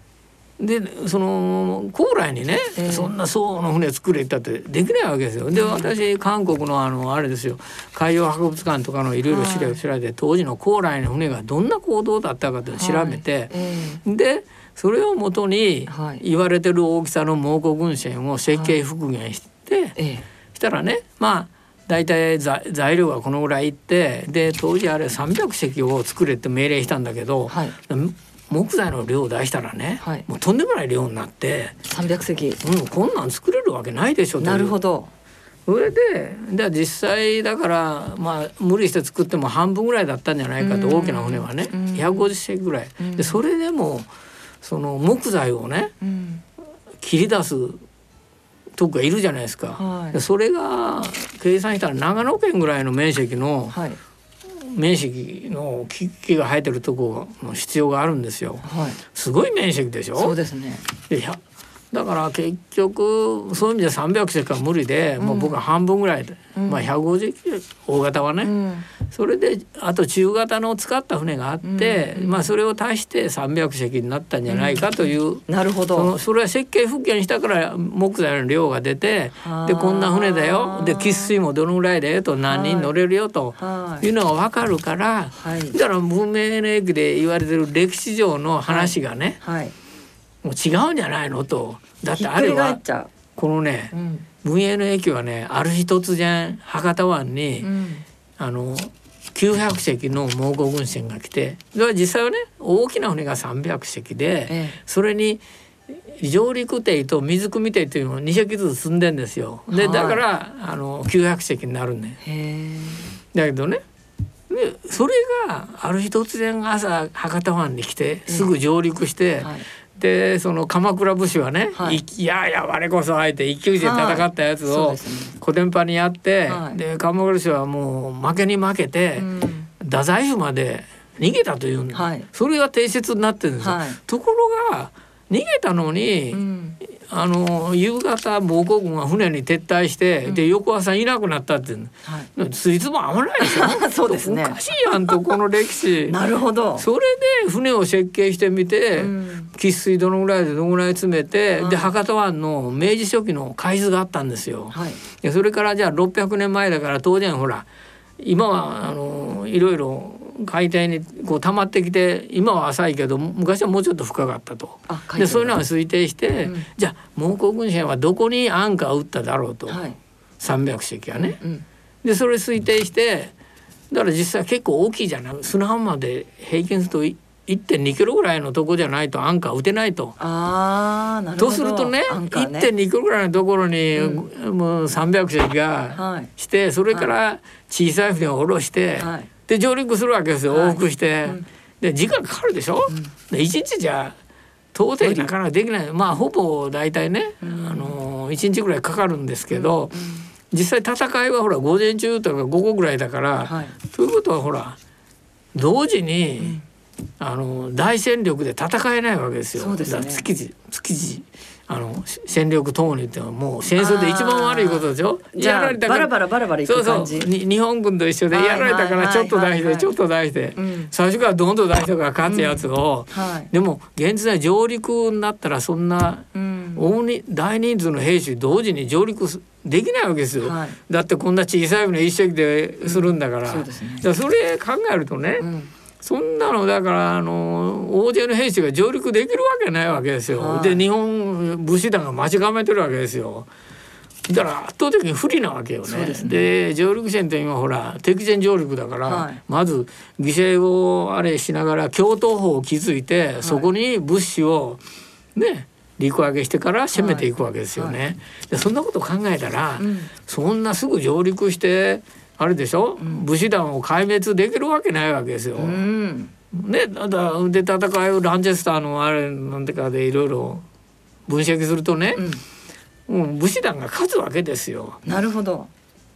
S11: でその高麗にね、
S2: ええ
S11: そんな宋の船作れったってできないわけですよ。で私韓国のあのあれですよ海洋博物館とかのいろいろ資料を調べて、当時の高麗の船がどんな行動だったかっていうのを調べて、
S2: え
S11: でそれをもとに
S2: はい
S11: 言われてる大きさの蒙古軍船を設計復元して、
S2: えええ
S11: したらねまあ大体ざ材料がこのぐらいいってで当時あれ300隻を作れって命令したんだけど、
S2: はい
S11: 木材の量を出したらね、
S2: はい
S11: もうとんでもない量になって、
S2: 三百席。
S11: うん、こんなん作れるわけないでしょという
S2: なるほど。
S11: それでで実際だから、まあ、無理して作っても半分ぐらいだったんじゃないかと
S2: うん
S11: 大きな船はね
S2: うん
S11: 150隻ぐらい。
S2: ん
S11: でそれでもその木材をね
S2: うん
S11: 切り出すとこがいるじゃないですか、
S2: はい
S11: でそれが計算したら長野県ぐらいの面積の
S2: はい
S11: 面積の木木が生えてるとこの必要があるんですよ。
S2: はい
S11: すごい面積でしょ
S2: そうですね。
S11: いやだから結局そういう意味で300隻は無理で、もう僕は半分ぐらいで、まあ150隻大型はね、
S2: うん
S11: それであと中型の使った船があって、まあそれを足して300隻になったんじゃないかという、
S2: なるほ
S11: その
S2: ど。
S11: それは設計復元したから木材の量が出て
S2: はあ
S11: でこんな船だよで喫水もどのぐらいだよと何人乗れるよと
S2: はい
S11: いうのが分かるから、
S2: はい
S11: だから文明の駅で言われてる歴史上の話がね、
S2: はい。
S11: もう違うんじゃないのとだっ
S2: ひ
S11: て
S2: っ
S11: あ
S2: く
S11: れ
S2: り返
S11: は
S2: っちゃ
S11: このね
S2: う。うん
S11: 文明の駅はねある日突然博多湾に、
S2: うん
S11: あの900隻の蒙古軍船が来てそれは実際はね大きな船が300隻で、
S2: ええ
S11: それに上陸艇と水汲み艇というのを2隻ずつ積んでんですよ。で
S2: はい
S11: だから、あの900隻になるんね。
S2: へえ
S11: だけどねでそれがある日突然朝博多湾に来てすぐ上陸して、
S2: はい
S11: でその鎌倉武士はね、
S2: はい
S11: い、やいや我こそあえて一騎打ちで戦ったやつ
S2: はいそう
S11: を
S2: です
S11: コテンパンにやって、
S2: はい
S11: で鎌倉武士はもう負けに負けて、
S2: うん
S11: 太宰府まで逃げたというの、
S2: はい
S11: それが定説になってるんですよ。
S2: はい
S11: ところが逃げたのに、
S2: うん
S11: あの夕方蒙古軍が船に撤退して、で翌朝いなくなったっていうの。
S2: はい。
S11: ついつも合わないでしょ
S2: そうですね
S11: おかしいやんとこの 歴史
S2: なるほど。
S11: それで船を設計してみて
S2: ん
S11: 喫水どのぐらいでどのぐらい詰めて、
S2: はい
S11: で博多湾の明治初期の海図があったんですよ。
S2: はい。
S11: でそれからじゃあ600年前だから当然ほら今はあのいろいろ海底にこう溜まってきて今は浅いけど昔はもうちょっと深かったと。
S2: あ海底
S11: でそういうのを推定して、
S2: うん
S11: じゃあ蒙古軍船はどこにアンカーを打っただろうと、
S2: はい。
S11: 300隻はね。
S2: うん
S11: でそれ推定してだから実際結構大きいじゃない砂浜まで平均するとい1.2キロぐらいのとこじゃないとアンカー打てないと。
S2: ああなるほ
S11: と
S2: ど。
S11: するとね
S2: アンカー
S11: 1.2キロぐらいのところに、もう300隻
S2: は
S11: が
S2: い
S11: して、それから小さい船を下ろして、
S2: はい
S11: で上陸するわけですよ、
S2: はい
S11: 往復して、で時間かかるでしょ、で1日じゃ到底なかなかできないまあほぼ大体ね、あの1日ぐらいかかるんですけど、実際戦いはほら午前中とか午後ぐらいだから、
S2: はい
S11: ということはほら同時に、あの大戦力で戦えないわけですよ。
S2: そうですね
S11: だから築地築地あのし戦力投入っていうのはもう戦争で一番悪いことでしょ。
S2: じゃあ
S11: やられたから
S2: バラバラバラバラいく感じ
S11: そうそうに日本軍と一緒で
S2: はい
S11: やられたからちょっと出
S2: は
S11: し
S2: いはいはいは
S11: て
S2: い
S11: ちょっと出して、
S2: ん
S11: 最初からどんどん出してから勝つやつを、
S2: はい。
S11: でも現在上陸になったらそんな
S2: うん。
S11: 大に大人数の兵士同時に上陸すできないわけですよ、
S2: はい
S11: だってこんな小さい船一隻でするんだから、
S2: そうですね
S11: だからそれ考えるとね、
S2: ん
S11: そんなのだからあの大勢の兵士が上陸できるわけないわけですよ、
S2: はい
S11: で日本武士団が待ち構えてるわけですよだから圧倒的に不利なわけよ
S2: そう
S11: ね。
S2: ですね
S11: 上陸船って今ほら敵前上陸だから、
S2: はい
S11: まず犠牲をあれしながら橋東法を築いて、そこに物資をね陸揚げしてから攻めていくわけですよね。でそんなこと考えたら、そんなすぐ上陸してあれでしょ、武士団を壊滅できるわけないわけですよ。
S2: うん
S11: ね、だだで戦いをランチェスターのあれなんてかでいろいろ分析するとね、もう武士団が勝つわけですよ。
S2: なるほど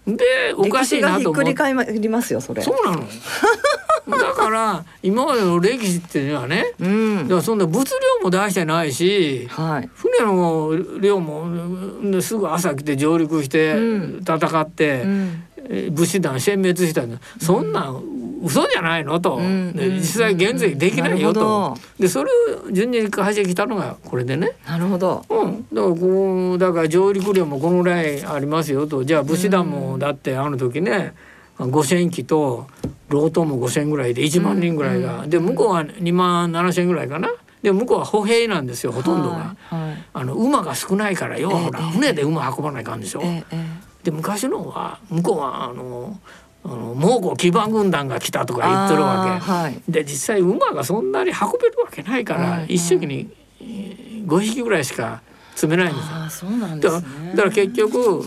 S11: でおか
S2: 歴
S11: し
S2: 史
S11: い
S2: が
S11: な
S2: ひっ
S11: と思
S2: く
S11: っ
S2: り
S11: て
S2: 返りますよそれ
S11: そうなの だから今までの歴史っていうのはね
S2: う
S11: だ
S2: ん
S11: からそんな物量も出してないし
S2: はい
S11: 船の量もうんすぐ朝来て上陸して
S2: うん
S11: 戦って、
S2: うん
S11: えー武士団殲滅したんだそんなん嘘じゃないのと、
S2: うん
S11: で
S2: うん
S11: 実際現在できないよ
S2: なる
S11: と
S2: ほど
S11: でそれを順に解析したのがこれでね、
S2: なるほど
S11: うん、だからこうだから上陸量もこのぐらいありますよとじゃあ武士団もだってあの時ね5,000機と老頭も5,000ぐらいで1万人ぐらいが、で向こうは2万7,000ぐらいかなで向こうは歩兵なんですよほとんど
S2: は
S11: が。
S2: いはい
S11: あの馬が少ないからよ、
S2: ええ
S11: ほら
S2: ええ
S11: 船で馬運ばないかんでしょ。
S2: えええ
S11: で昔のは向こうはあのあの蒙古騎馬軍団が来たとか言ってるわ
S2: あーはい
S11: けで実際馬がそんなに運べるわけないから、
S2: はいはい
S11: 一隻にえー5匹ぐらいしか積めないんですよ
S2: ああそうなんで
S11: だか
S2: す
S11: ら
S2: ね
S11: だから結局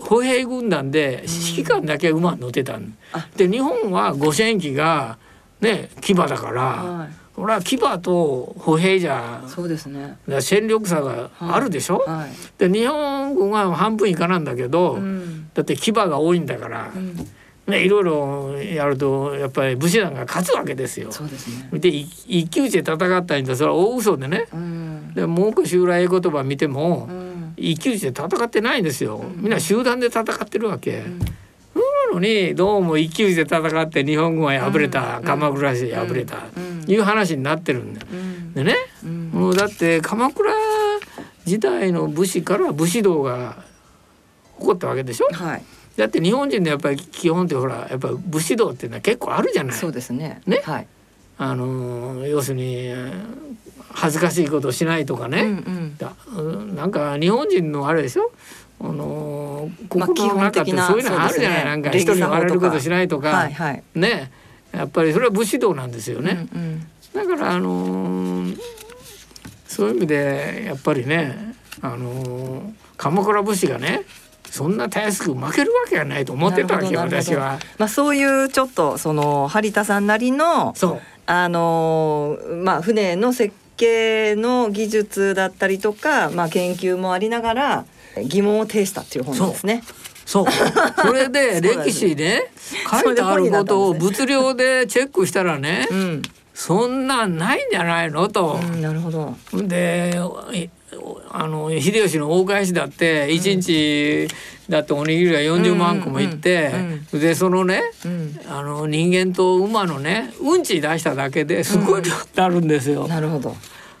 S11: 歩兵軍団で指揮官だけ馬に乗ってたん
S2: あ
S11: で日本は五千機がね騎馬だから、
S2: はい
S11: ほら騎馬と歩兵じゃ
S2: そうですね
S11: だから戦力差があるでしょ、
S2: はい
S11: で日本軍は半分以下なんだけど、
S2: うん
S11: だって牙が多いんだから、ね、いろいろやるとやっぱり武士団が勝つわけですよ。
S2: そうですね
S11: で一一騎打ちで戦ったりとそれは大嘘でね
S2: うん
S11: で文句襲来言葉見ても、
S2: うん
S11: 一騎打ちで戦ってないんですよ、みんな集団で戦ってるわけ。そうなのにどうも一騎打ちで戦って日本軍は敗れた、鎌倉市で敗れた、
S2: うん
S11: いう話になってるんだよ
S2: うん
S11: でね、
S2: うん
S11: もうだって鎌倉時代の武士から武士道が起こったわけでしょ
S2: はい
S11: だって日本人のやっぱり基本ってほらやっぱ武士道っていうのは結構あるじゃない
S2: そうですね
S11: ね
S2: はい
S11: あのー要するに恥ずかしいことをしないとかね、
S2: うんうん
S11: だうんなんか日本人のあれでしょあのー
S2: まあ
S11: 心の中ってそういうのあるじゃない、
S2: 基本的な
S11: なんか
S2: そうですね
S11: 人に笑われることしないとか、
S2: はいはい
S11: ねやっぱりそれは武士道なんですよね。
S2: うんうん
S11: だからあのーそういう意味でやっぱりねあのー鎌倉武士がねそんなたやすく負けるわけがないと思ってたわけよ
S2: なるほどなるほ
S11: 私
S2: ど
S11: は。
S2: まあそういうちょっとその張田さんなりの
S11: そう
S2: あのーまあ船の設計の技術だったりとか、まあ、研究もありながら疑問を呈したっていう本なんですね。
S11: そうそれ
S2: そうなんで
S11: で歴
S2: す
S11: 史ね
S2: そ
S11: 書い
S2: れで
S11: てあ
S2: 本
S11: る
S2: になった
S11: こ
S2: ん
S11: とを
S2: ですね
S11: 物量でチェックしたらね、
S2: うん、
S11: そんなんないんじゃないのと。
S2: うん、なるほど。
S11: でいあの秀吉の大返しだって一日だっておにぎりが40万個もいって
S2: うんうん、
S11: でそのね、
S2: うん、
S11: あの人間と馬のねうんち出しただけですごい量ってあるんですよ。
S2: なるほど。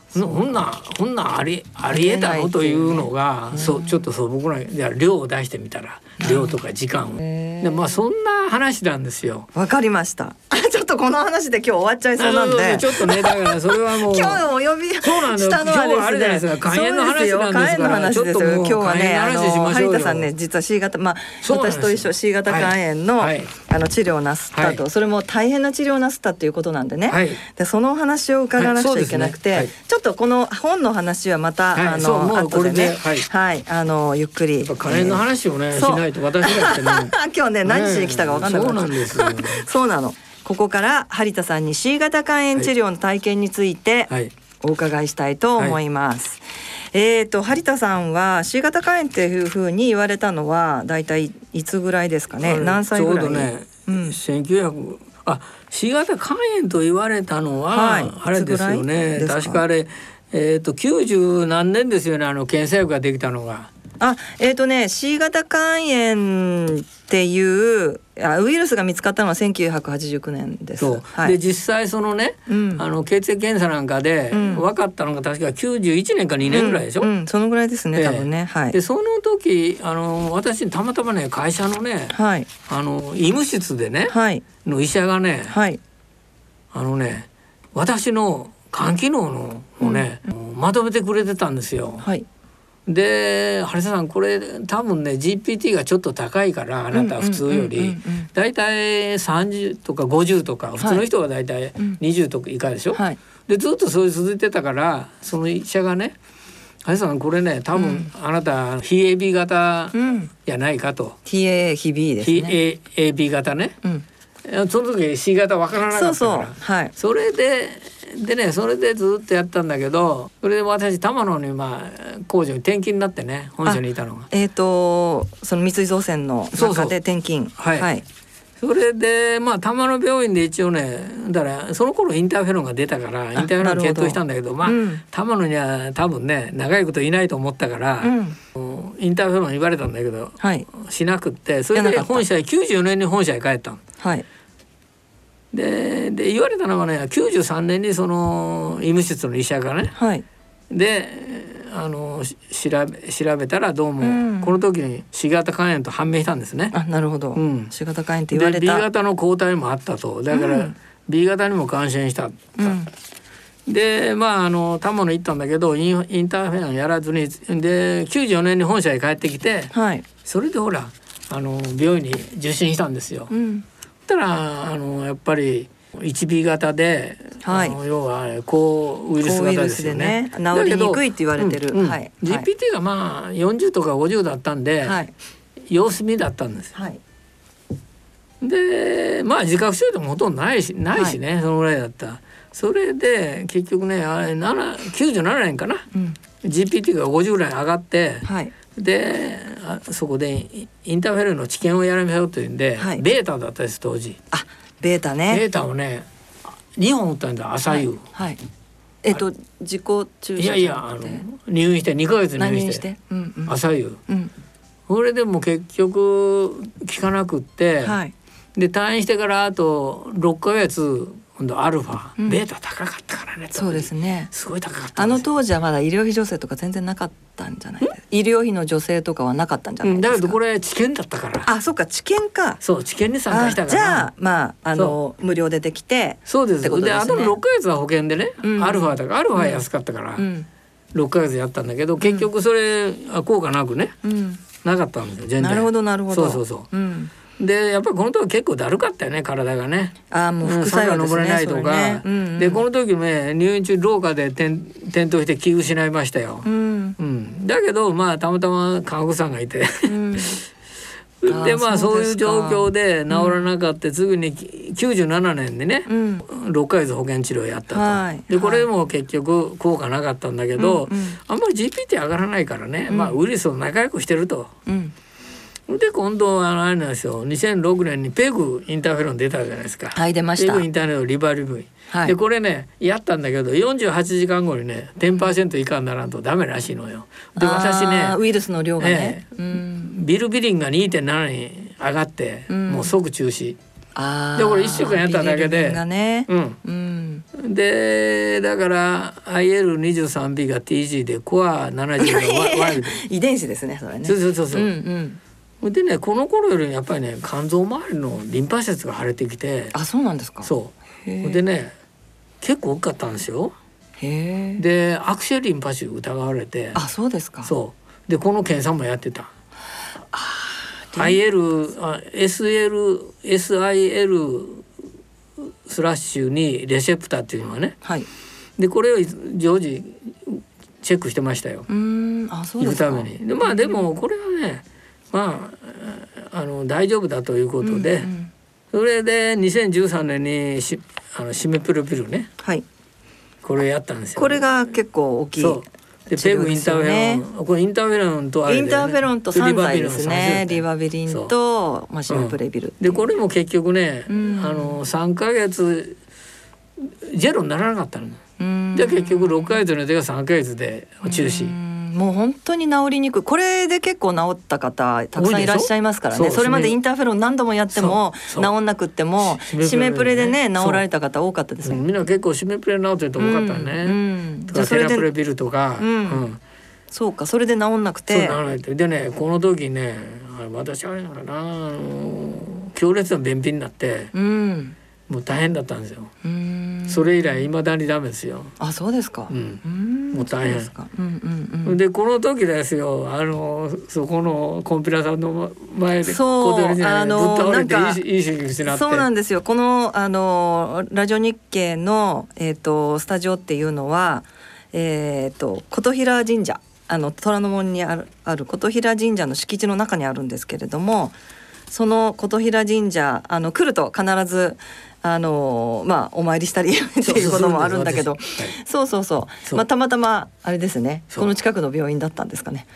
S11: そんなこんなんありありえたのというのが、そうちょっと素朴なじゃあ量を出してみたら量とか時間を。
S2: へー
S11: でまあそんな話なんですよ。
S2: わかりました。ちょっとこの話で今日終わっちゃいそうなん
S11: あ の
S2: で
S11: ち。ょっとねだからそれはも う。
S2: 今日お呼び
S11: そうなんだ
S2: したのは
S11: 今日はあれじゃない
S2: で
S11: ですす
S2: ね。
S11: か火炎の
S2: そうですよ
S11: 話なんですから
S2: 火炎の話です
S11: ちょっと
S2: よ。今
S11: もう
S2: 日はね、あ
S11: 火炎の話し
S2: の
S11: ましょうよ
S2: 張田さんね、実は C 型、まあ
S11: そうなんです
S2: 私
S11: よ
S2: と一緒 C 型肝炎の
S11: はいはい
S2: あの治療をなすった
S11: は
S2: と、それも大変な治療をなすったということなんでね
S11: はい。
S2: でそのお話を伺わなくちゃいけなく
S11: はい
S2: て
S11: そうですね、
S2: ちょっとこの本の話はま
S11: はい
S2: たあ
S11: そうもう
S2: の後で
S11: これ
S2: ね
S11: ではい、
S2: はい、あのゆっくり。
S11: やっぱ火炎の話をね、しないと私だって ね。
S2: あ 今日ね何しに来たか分かんなくなっちゃ
S11: ねそうなんですよ
S2: そうなのここから張田さんに C 型肝炎治療の体験について
S11: はい
S2: お伺いしたいと思います、えーと張田さんは C 型肝炎っていうふうに言われたのはだいたいいつぐらいですかね、
S11: あれ
S2: 何歳ぐらい
S11: ちょうどね、
S2: うん
S11: 1900あ C 型肝炎と言われたのは、
S2: はい
S11: あれですよ
S2: いつぐら
S11: ね
S2: いですか
S11: 確かあれえっ、と90何年ですよねあの検査薬ができたのが。
S2: あえーとね C 型肝炎っていうあウイルスが見つかったのは1989年です
S11: そう
S2: はい、
S11: で実際そのね、
S2: うん
S11: あの血液検査なんかで
S2: うん
S11: 分かったのが確か91年か2年ぐらいでしょ。
S2: うんうんそのぐらいですね、
S11: ええ
S2: 多分ねはい
S11: でその時あの私たまたまね会社のね
S2: はい
S11: あの医務室でね、
S2: はい
S11: の医者がね、
S2: はい
S11: あのね私の肝機能のをね、まとめてくれてたんですよ。
S2: はい
S11: で原田さんこれ多分ね GPT がちょっと高いからあなたは普通
S2: うんうん
S11: よ
S2: うん
S11: り
S2: うんうん
S11: 大体30とか50とか普通の人は大体20とか以下でしょ、
S2: はい
S11: でずっとそれ続いてたからその医者がね「林さんこれね多分あなた非 AB 型
S2: うん
S11: じゃないか」と
S2: TA 非 B
S11: 「
S2: です
S11: 非
S2: ね
S11: A- AB 型ね
S2: うん」
S11: その時 C 型わからなか
S2: そう
S11: ったか
S2: そう
S11: ら。
S2: はい
S11: それででねそれでずっとやったんだけどそれで私玉野にまあ工場に転勤になってね本社にいたのが。
S2: えっ、とその三井造船の
S11: そうそ
S2: 中
S11: う
S2: で転勤
S11: はいそれでまあ玉野病院で一応ねだからその頃インターフェロンが出たからインターフェロン検討したんだけどまあ、
S2: うん
S11: 玉野には多分ね長いこといないと思ったから、
S2: うん
S11: インターフェロン言われたんだけど
S2: はい
S11: しなくってそれで本社へ94年に本社へ帰ったの。
S2: はい
S11: でで言われたのはね93年にその医務室の医者がね
S2: はい
S11: でえーあのし調べ調べたらどう
S2: うん
S11: もこの時に C 型肝炎と判明したんですね。
S2: あなるほど、
S11: うん
S2: 仕方肝炎って言わ
S11: で
S2: れ
S11: B
S2: た
S11: 型の抗体もあったとだか
S2: う
S11: ら
S2: ん
S11: B 型にも感染した。
S2: うん
S11: でまああの玉野行ったんだけどインインターフェロンやらずにで94年に本社へ帰ってきて
S2: はい
S11: それでほらあの病院に受診したんですよ。
S2: うん
S11: そしたらあのやっぱり 1B 型で、
S2: はい
S11: あの要は抗ウイルス型ですよ
S2: 抗ウイル
S11: ね。
S2: スでね治りにくいって言われてる
S11: だけどうんうん
S2: はい
S11: GPT がまあ40とか50だったんで、
S2: はい
S11: 様子見だったんですよ。
S2: はい
S11: でまあ自覚症状もほとんどないしないしね、そのぐらいだった。それで結局ねあれ7 97年かな、
S2: うん
S11: GPT が50ぐらい上がって、
S2: はい
S11: であそこでイインターフェロンの治験をやりましょうというんで、
S2: はい
S11: ベータだったです当時。
S2: あベータね
S11: データをね2本打ったんだ朝夕、
S2: はい、はいえっ、と自己注射
S11: い、やいやあの入院して2ヶ月入
S2: 何
S11: 院
S2: に
S11: し
S2: しててうんうん
S11: 朝夕
S2: うん
S11: それでも結局効かなくって、
S2: はい
S11: で退院してからあと6ヶ月今度アルファ、
S2: うん
S11: ベータ高かったからね
S2: そうですね
S11: すごい高かった
S2: あ
S11: んで
S2: の
S11: すよ
S2: 当時はまだ医療費助成とか全然なかったんじゃないです医療費の助成とかはなかったんじゃな
S11: う
S2: いです
S11: ん
S2: か、
S11: だけどこれ治験だったから
S2: あそうか治験か
S11: そう治験に参加した
S2: あ
S11: か
S2: じ
S11: ら
S2: ゃあまああの無料でできて
S11: そうで
S2: っ
S11: す
S2: てこと
S11: で
S2: です
S11: あ
S2: ね
S11: との6ヶ月は保険でね、
S2: うん
S11: アルファだからアルファは安かったから、
S2: うん
S11: 6ヶ月やったんだけど結局それ、あ効果なくね
S2: うん
S11: なかったんですよ全然
S2: なるほどなるほど、
S11: そうそうそう
S2: ん、
S11: でやっぱりこの時結構だるかったよね体がね。
S2: あーもう副作用
S11: うん
S2: ですね
S11: 坂が登れないと
S2: それ
S11: か
S2: ね、うんうん、
S11: でこの時ね入院中廊下で転転倒して気を失いましたよ
S2: う。ん
S11: うんだけどまあたまたま看護婦さんがいて
S2: うんー
S11: でまあ
S2: そ
S11: そう
S2: で
S11: うい
S2: す
S11: う
S2: か
S11: 状況で治らなかった、すぐに97年でね、
S2: うん
S11: 6ヶ月保険治療やったと、
S2: はい
S11: でこ
S2: は
S11: れ
S2: い
S11: も結局効果なかったんだけど、
S2: うんうん
S11: あんまり GPT 上がらないからね、まあ、ウイルスと仲良くしてると。
S2: うん
S11: で今度はあれなんですよ2006年にペグインターフェロン出たじゃないですか。
S2: はい出ました
S11: ペグインターフェロンリバリブイ。
S2: はい
S11: でこれねやったんだけど48時間後にね10%以下にならんとダメらしいのよ。で私ね
S2: あーウイルスの量がね、
S11: え
S2: うん
S11: ビルビリンが2.7に上がって、
S2: うん
S11: もう即中止。
S2: あー
S11: でこれ一週間やっただけで
S2: ビリルビンがね
S11: うん、
S2: うん
S11: でだから IL23B が TG でコア70が ワイルド。
S2: 遺伝子ですねそれね
S11: そうそうそうそう。
S2: うんうん
S11: でねこの頃よりやっぱりね肝臓周りのリンパ節が腫れてきて。
S2: あそうなんですかう
S11: そう
S2: へえ
S11: でね結構多かったんですよ
S2: へえ
S11: で悪性リンパ腫疑われて
S2: あそうですか
S11: そうでこの検査もやってた IL あ SL SIL スラッシュにレセプターっていうのはね
S2: はいう
S11: でこれを常時チェックしてましたよ
S2: ーんあそう
S11: 行
S2: で
S11: く
S2: すか
S11: ためにでまあでもこれはねまああの大丈夫だということで、
S2: うんうん
S11: それで2013年にしあのシメプロピルね
S2: はい
S11: これやったんですよ。
S2: これが結構大きい
S11: そうで
S2: 治
S11: ペ
S2: 療
S11: グイ
S2: で
S11: ン
S2: す
S11: ター
S2: よ
S11: フ
S2: ね
S11: ェロンこれインターフェロンとあれ
S2: イ
S11: だよ
S2: ン
S11: ね
S2: ターフェロンと3剤ですねリ
S11: リ
S2: バ
S11: バ
S2: ビ
S11: ビ
S2: リ
S11: リン
S2: ン
S11: の三種類
S2: とまあシ
S11: う
S2: ム
S11: ん
S2: プレビルってい
S11: で
S2: う
S11: これも結局ね、
S2: ん
S11: あの3ヶ月ゼロにならなかったの
S2: うーん
S11: で結局6ヶ月の予定が3ヶ月で中
S2: うー
S11: 止
S2: んもう本当に治りにくいこれで結構治った方たくさんいらっしゃいますから
S11: 多い
S2: ね
S11: でしょ
S2: それまでインターフェロン何度もやっても
S11: そ
S2: 治
S11: うそうん
S2: なくっても
S11: 締めプレ
S2: 締め
S11: ね
S2: プレでね
S11: そう
S2: 治られた方多かったです
S11: う
S2: もん
S11: んみんな結構シメプレ治ってると多かったね、
S2: うんうん
S11: と
S2: じゃあ
S11: か
S2: そ
S11: テ
S2: れ
S11: ラプレ
S2: で
S11: ビルとか、
S2: うんそうかそれで治んなく
S11: そう
S2: て
S11: ならないとでねこの時ねあれ私あれだからなあの強烈な便秘になって
S2: うん
S11: もう大変だったんですよ。それ以来いまだにダメですよ。
S2: あそうですか。
S11: うんもう大変
S2: そうですか。うんうんうん。
S11: でこの時ですよあのそこのコンピラさんの前で
S2: そう
S11: 小鳥にぶっ
S2: あの
S11: 倒れ
S2: なんか
S11: ていい刺激失って
S2: そうなんですよこのあのラジオ日経の、えー、とスタジオっていうのは、えー、と琴平神社あの虎ノ門にあるある琴平神社の敷地の中にあるんですけれどもその琴平神社あの来ると必ずあの、まあ、お参りしたりっていうこともあるんだけど
S11: そうです
S2: そうそうそう
S11: そう
S2: まあ、たまたまあれですね
S11: そう
S2: この近くの病院だったんですかね。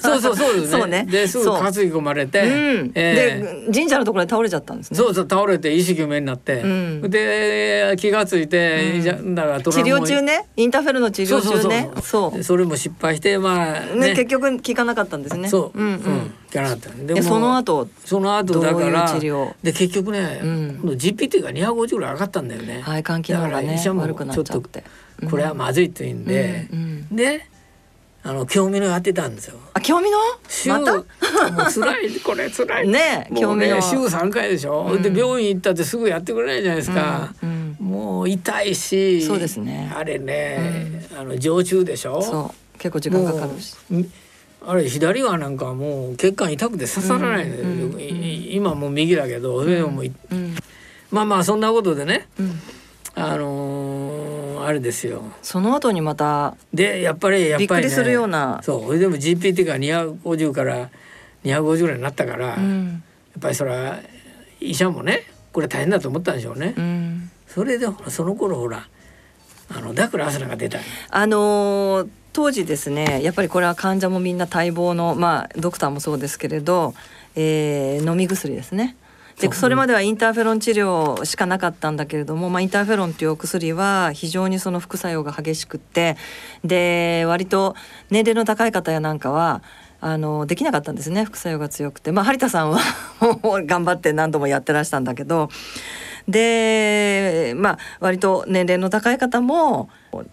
S11: そうそうそうです ね。
S2: そうね
S11: ですぐ
S2: そう
S11: 担ぎ込まれて、
S2: うん
S11: えー
S2: で神社のところで倒れちゃったんですね。
S11: そうそう倒れて意識不明になって、
S2: うん
S11: で気がついて、
S2: うん
S11: じゃだから
S2: 治療中
S11: ね
S2: ねインターフェルの治療中ねそう
S11: そそうそう
S2: う
S11: でそれも失敗してまあ
S2: ね
S11: ね
S2: 結局効かなかったんですね
S11: そう、
S2: うんうん
S11: いかなかったで
S2: で
S11: も
S2: その後
S11: その後だから
S2: どういう治療
S11: で結局ね、
S2: うん
S11: この GPT が250ぐらい上がったんだよね、
S2: 肺管機能が
S11: だから
S2: ね
S11: 医者も
S2: 悪くなっちゃって
S11: これはまずいって言うんで、
S2: うんうん
S11: であの興味のやってたんですよ
S2: あ興味の
S11: 週
S2: また
S11: もう辛いこれ辛い
S2: ねえ
S11: も
S2: 興
S11: う
S2: 味
S11: ね
S2: の
S11: 週3回でしょ、
S2: うん
S11: で病院行ったってすぐやってくれないじゃないですか、
S2: うん
S11: もう痛いし
S2: そうですね
S11: あれね、あの常駐でしょ
S2: そう結構時間かかるし
S11: もうんあれ左側なんかもう血管痛くて刺さらないのよ、
S2: うんうん
S11: いい今もう右だけど、それでもい
S2: うん
S11: まあまあそんなことでね
S2: うん
S11: あのーあれですよ
S2: その後にまた
S11: でやっぱりやっぱり、ね、
S2: びっくりするような
S11: そうそれでも GPT が250から250ぐらいになったから、
S2: う
S11: やっ
S2: ん
S11: ぱりそれは医者もねこれ大変だと思ったんでしょうね、
S2: うん
S11: それでほらその頃ほらあのだからアスナが出た
S2: あのー当時ですねやっぱりこれは患者もみんな待望のまあドクターもそうですけれど、えー飲み薬ですね。
S11: そ
S2: で
S11: う
S2: それまではインターフェロン治療しかなかったんだけれども、まあ、インターフェロンというお薬は非常にその副作用が激しくてで割と年齢の高い方やなんかはあのできなかったんですね副作用が強くて、まあ、張田さんは もう頑張って何度もやってらしたんだけどで、まあ、割と年齢の高い方も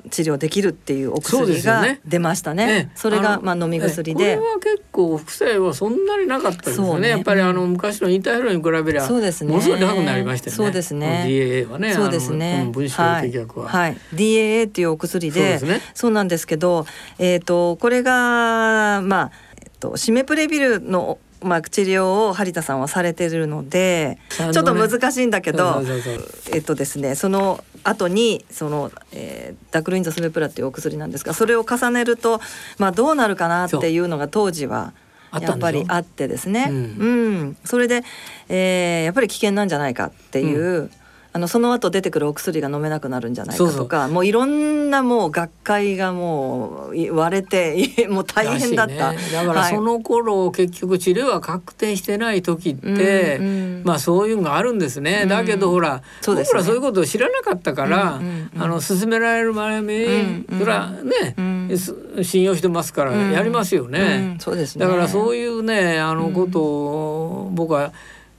S2: 治療できるっていうお
S11: そうで
S2: 薬
S11: すよ
S2: が
S11: ね
S2: 出ましたね。そ
S11: ええ
S2: れが
S11: の
S2: まあ、飲み薬
S11: ええ
S2: で
S11: これは結構副作用はそんなになかったです
S2: そ
S11: よ
S2: う
S11: ね
S2: ね
S11: やっぱりあの昔のインターフェロンに比べりゃ
S2: そうですね
S11: ものすごい高くなりましたよね
S2: そうですね
S11: この DAA はね
S2: そうです
S11: あ
S2: ね。
S11: のうん分子標的薬は、
S2: はい、はい、DAA っていうお薬
S11: そう
S2: で
S11: で
S2: そ
S11: す
S2: う
S11: ね
S2: なんですけど、えっ、とこれがまあ、えっとシメプレビルのまあ治療を張田さんはされてるので、
S11: あのね
S2: ちょっと難しいんだけど、
S11: そうそうそう
S2: えっとですね、その後にその、えーダクルインザスメプラっていうお薬なんですがそれを重ねると、まあ、どうなるかなっていうのが当時は
S11: あったんでしょ
S2: やっぱりあってですね、
S11: う
S2: うんんそれで、えーやっぱり危険なんじゃないかっていう、あのその後出てくるお薬が飲めなくなるんじゃないかとかもういろんなもう学会がもうい割れて もう大変だった。
S11: らしいねだから
S2: はい
S11: その頃、結局治療は確定してない時って、
S2: うんうん
S11: まあそういうのがあるんですね、
S2: うん
S11: だけどほら
S2: そうですね
S11: 僕らそういうことを知らなかったから、
S2: うんうんうん
S11: あの勧められる前に、
S2: うんうん
S11: それはね、
S2: うん
S11: す信用してますからやりますよね。
S2: うんそうですね
S11: だからそう
S2: いう
S11: いうねあの
S2: うん
S11: ことを僕は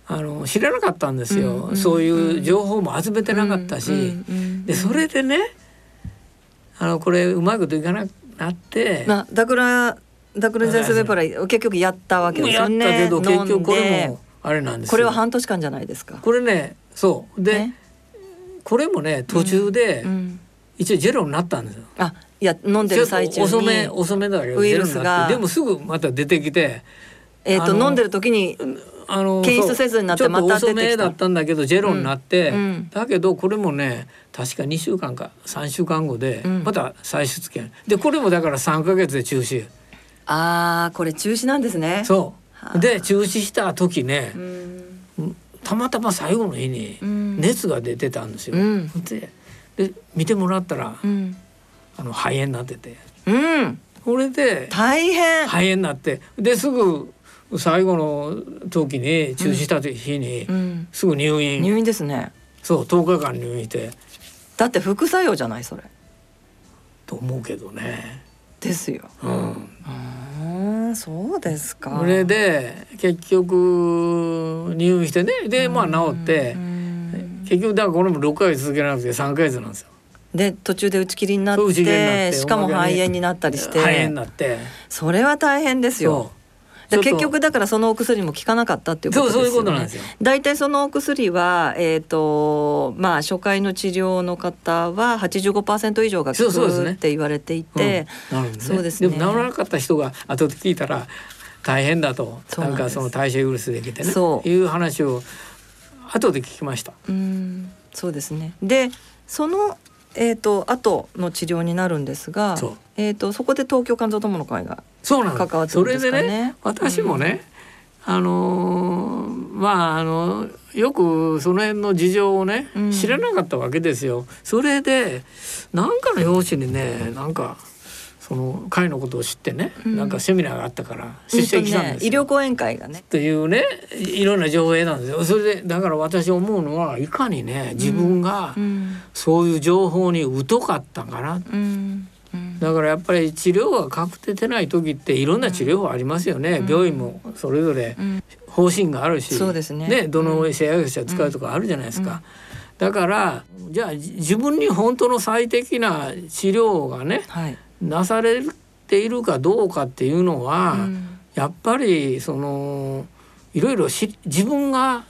S11: あの知らなかったんですよ、
S2: うんうん
S11: そういう情報も集めてなかったし、
S2: うんうん
S11: でそれでねあのこれうまいこといかなくなって、
S2: まあ、だからだからゼンスベプラ結局やったわけ
S11: もう
S2: です
S11: やっ
S2: よ
S11: た
S2: ね。
S11: けど結
S2: 飲んで
S11: 局これもあれなんですよ
S2: これは半年間じゃないですか。
S11: これねそうで、
S2: ね
S11: これもね途中で
S2: うん、
S11: 一応ジェロになったんですよ。
S2: あいや飲んで
S11: ち
S2: る
S11: ょっと
S2: 最中に
S11: 遅め遅めだけど
S2: ウ
S11: ジ
S2: イ
S11: ェ
S2: ル
S11: ロに
S2: スが
S11: なってでもすぐまた出てきて
S2: えっ、
S11: あ
S2: と
S11: の
S2: 飲んでる時に
S11: あの
S2: 検出
S11: そう
S2: せずになってまた
S11: ちょっと遅
S2: 出て
S11: め
S2: きた
S11: だったんだけどジェロになって、
S2: うんうん
S11: だけどこれもね確か2週間か3週間後で
S2: うん
S11: また再出検、でこれもだから3ヶ月で中止
S2: ああこれ中止なんですね。う。
S11: そうで中止した時ね、
S2: ん
S11: たまたま最後の日に
S2: うん
S11: 熱が出てたんですよ。
S2: うん
S11: でで見てもらったら、
S2: うん、
S11: あの肺炎になってて
S2: うん、
S11: これで
S2: 大変。
S11: 肺炎になってですぐ最後の時に中止した日に、
S2: うん、
S11: すぐ入院
S2: 入院ですね。
S11: そう10日間入院して
S2: だって副作用じゃないそれ
S11: と思うけどね。
S2: ですよ。
S11: うん、
S2: ああそうですか。
S11: それで結局入院してねでまあ治って、
S2: うん
S11: 結局だからこれも6ヶ月続けなくて3ヶ月なんですよ。
S2: で途中で打ち切りになっ
S11: そう打ち切りになって
S2: てしかも
S11: おまけに
S2: 肺炎になったりして
S11: 肺炎になって
S2: それは大変ですよ。
S11: そう
S2: じゃあ結局だからそのお薬も効かなかったっていうことです
S11: そ
S2: よ
S11: う
S2: ね。
S11: そういうことなんですよ
S2: 大体そのお薬はえっ、とまあ初回の治療の方は85%以上が
S11: そ
S2: 効
S11: うそうです
S2: く
S11: ね
S2: って言われていて、
S11: なるん
S2: そうですね
S11: でも治らなかった人が後で聞いたら大変だと
S2: そう
S11: な
S2: なんんです
S11: かその耐性ウイルスできてね
S2: そう
S11: いう話を後で聞きました。
S2: うん、そうですね。で、そのえっ、と後の治療になるんですが
S11: そう、
S2: えっ、とそこで東京肝臓友の会が
S11: そうなんです
S2: 関わって
S11: そ
S2: くるん
S11: れ
S2: ですか
S11: で
S2: ね。
S11: ね私もね、あのーまああのよくその辺の事情をね
S2: うん
S11: 知らなかったわけですよ。それでなんかの表紙にねなんかその会のことを知ってね、
S2: うん
S11: なんかセミナーがあったから
S2: うん
S11: 出席したん
S2: ね
S11: です
S2: 医
S11: よ。
S2: 療講演会がね。
S11: というねいろんな情報を得たんですよそれでだから私思うのはいかにね自分が
S2: うん
S11: そういう情報に疎かったんかな
S2: うんうん
S11: だからやっぱり治療が確定てない時っていろんな治療法ありますよね、
S2: うん
S11: 病院もそれぞれ
S2: うん
S11: 方針があるし、
S2: そうですね
S11: どの製薬者使うとかあるじゃないですか。
S2: うん
S11: だからじゃあじ自分に本当の最適な治療がね
S2: はい。
S11: なされているかどうかっていうのは、
S2: うん
S11: やっぱりそのいろいろし自分が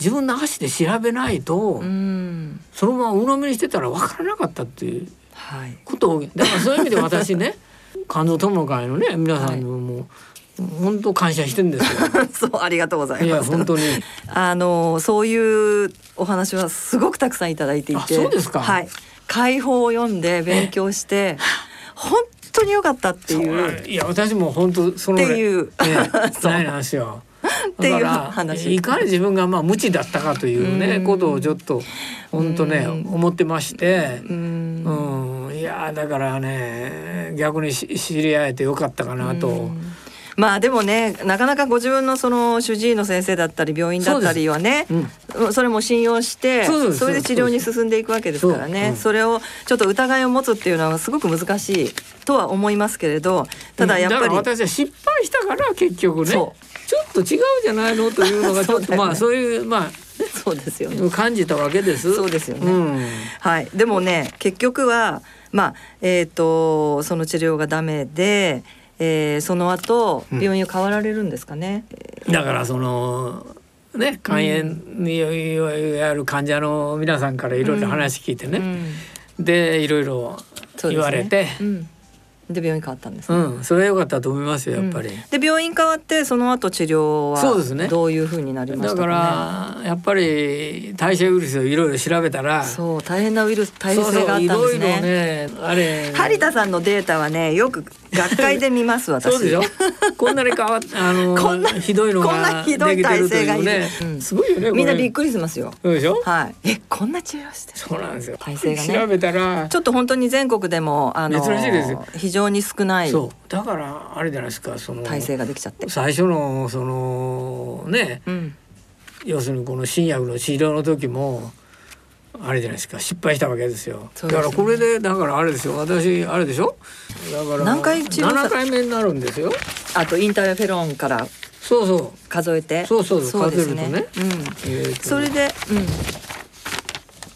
S11: 自分の足で調べないと、
S2: うん
S11: そのまま鵜呑みにしてたら分からなかったっていう
S2: はい。
S11: ことをだからそういう意味で私 ね肝臓友の会のね皆さんにももう、本当感謝してる んですよ。
S2: そうありがとうござい
S11: いや
S2: ます。
S11: 本当に
S2: あのそういうお話はすごくたくさんいただいていて、
S11: あそうですか
S2: はい、解放を読んで勉強して本当に良かったっていうっ
S11: いや私も本当その
S2: ていう、
S11: え え
S2: そう
S11: ないなんですよ。
S2: ていう
S11: だから
S2: 話
S11: いかに自分がまあ無知だったかというね、
S2: うん
S11: ことをちょっと本当ね、
S2: うん
S11: 思ってまして、
S2: う
S11: うんん、いやーだからね逆にし知り合えてよかったかなと、
S2: うんまあでもねなかなかご自分のその主治医の先生だったり病院だったりはね
S11: そうで
S2: うんそれも信用して
S11: そうです
S2: それで治療に進んでいくわけですから
S11: そう
S2: ね
S11: うん
S2: それをちょっと疑いを持つっていうのはすごく難しいとは思いますけれどただやっぱ
S11: から
S2: り
S11: 私は失敗したから結局ねちょ
S2: そ
S11: っと違うじゃないのというのがちょっ
S2: そう
S11: と、
S2: だよね
S11: まあそういうま
S2: そうですよね。
S11: あ感じたわけです。
S2: そうですよね
S11: うん
S2: はい、でもね結局は、まあえー、とその治療がダメで、えーその後
S11: うん
S2: 病院を変わられるんですかね。
S11: だからそのね肝炎にいわゆる患者の皆さんからいろいろ話聞いて
S2: う
S11: ね、
S2: ん
S11: でいろいろ
S2: そうですね
S11: 言われて
S2: う
S11: う,、
S2: ん、で病院変わったんですね。
S11: んそれは良かったと思いますよやっぱり。
S2: うんで病院変わってその後治療
S11: そうですね
S2: はどういうふうになりまし
S11: だ
S2: た
S11: か
S2: かね。
S11: らやっぱり代謝ウイルスをいろいろ調べたら
S2: そう大変なウイルス耐性
S11: そう
S2: があ
S11: そ
S2: っ
S11: うい
S2: たんで
S11: ろ
S2: す
S11: いろ
S2: ね。
S11: ねあれ
S2: ハリタさんのデータはねよく学会で見ます私。
S11: そうでしょ。こんなに変わっあの
S2: こんな
S11: ひどいの
S2: こん
S11: が
S2: な
S11: で
S2: ひどい
S11: きて
S2: 体
S11: ると
S2: 制が
S11: い
S2: いうい
S11: ね。
S2: うん
S11: すごいよね。
S2: みんなびっ
S11: り。
S2: くりしますよ。
S11: そうでしょ。
S2: はい。えこんな治療してる。
S11: そうなんですよ。
S2: 体制がね
S11: 調べたら
S2: ちょっと本当に全国でもあの
S11: 珍しいですよ
S2: 非常に少ない
S11: そうだからあれじゃないですかその
S2: 体制ができちゃって。
S11: 最初のそのね
S2: うん、
S11: 要するにこの新薬の治療の時もあれじゃないですか失敗したわけですよ
S2: そうで
S11: だ
S2: す
S11: か
S2: ね
S11: らこれでだからあれですよ私あれでしょだから
S2: 何回治療した
S11: 7回目になるんですよ
S2: あとインターフェロンから
S11: そうそ
S2: 数えて。
S11: そうそう
S2: です
S11: 数えると
S2: うん。
S11: う、えーと
S2: それで、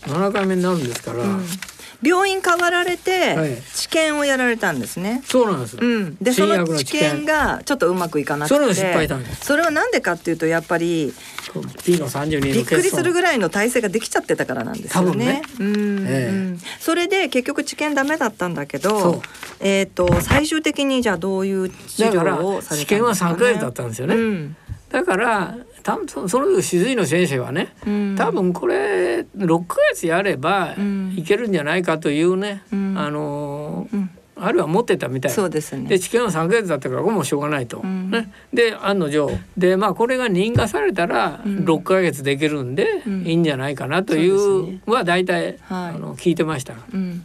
S11: 7回目になるんですから、
S2: うん、うん病院変わられて、
S11: はい
S2: 治験をやられたんですね。
S11: そうなんですよ、
S2: うん、でそ
S11: 新
S2: の
S11: 薬の
S2: 治
S11: 治験
S2: 験がちょっとうまくいかなくて
S11: それも失敗したんです
S2: それはなんでかっていうとやっぱり
S11: P の32の
S2: びっくりするぐ
S11: らい
S2: らいの体制ができちゃってたからなんですよね。うん、
S11: ええ
S2: うんそれで結局治験ダメだったんだけ
S11: そう
S2: ど、えっ、と最終的にじゃあどういう治
S11: だから
S2: 療をされたんですか、ね。
S11: 治験は3ヶ月だったんですよね、
S2: うん
S11: だから多分そその主治医の先生はね、
S2: うん
S11: 多分これ6ヶ月やれば
S2: うん
S11: いけるんじゃないかというね、
S2: うん
S11: あのー
S2: うん
S11: あるは持ってたみたい
S2: そうですね。
S11: で治験は3ヶ月だったからこれもうしょうがないと、
S2: うん
S11: ね、で案の定でまあこれが認可されたら
S2: うん
S11: 6ヶ月できるんで
S2: うん
S11: いいんじゃないかなという,、
S2: そうですね
S11: は大体、
S2: はい
S11: あの聞いてました。
S2: うん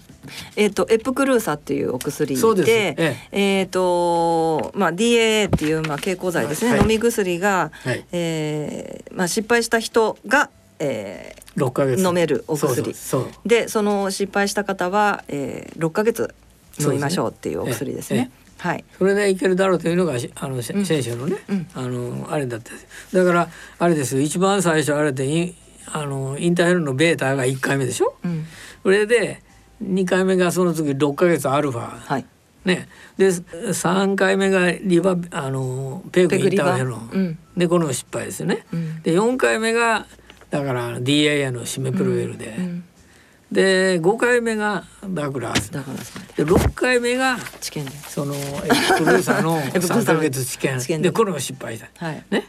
S2: えっ、とエプクルーサっていうお薬
S11: そうです
S2: で
S11: え
S2: えっ、とまあ DAA っていうまあ経口剤ですね、
S11: はい
S2: 飲み薬が、
S11: はい
S2: えーまあ失敗した人が、えー
S11: 6ヶ月
S2: 飲めるお薬
S11: そうそうそう
S2: でその失敗した方は、えー、6ヶ月飲みましょうっていうお薬ですね。はい。
S11: それでいけるだろうというのがしあの、せ
S2: うん
S11: 先生のね、
S2: うん
S11: あのあれだったんですだからあれですよ一番最初あれでインあのインターフェロンのベータが1回目でしょ
S2: うん、
S11: それで2回目がその次6ヶ月アルファ、
S2: はい。
S11: ね、で3回目がリバあのペグインターフェロン、
S2: うん
S11: でこの失敗ですよね。
S2: うん
S11: で4回目がだから DIA のシメプロエルで、
S2: うん
S11: で5回目がダグラス
S2: だからさ
S11: で6回目が
S2: 知見で
S11: そのエププロデューサ ーの
S2: プロデューサーの
S11: 3ヶ月試
S2: 治験
S11: 験
S2: で
S11: でこれも失敗した。
S2: はい
S11: ね、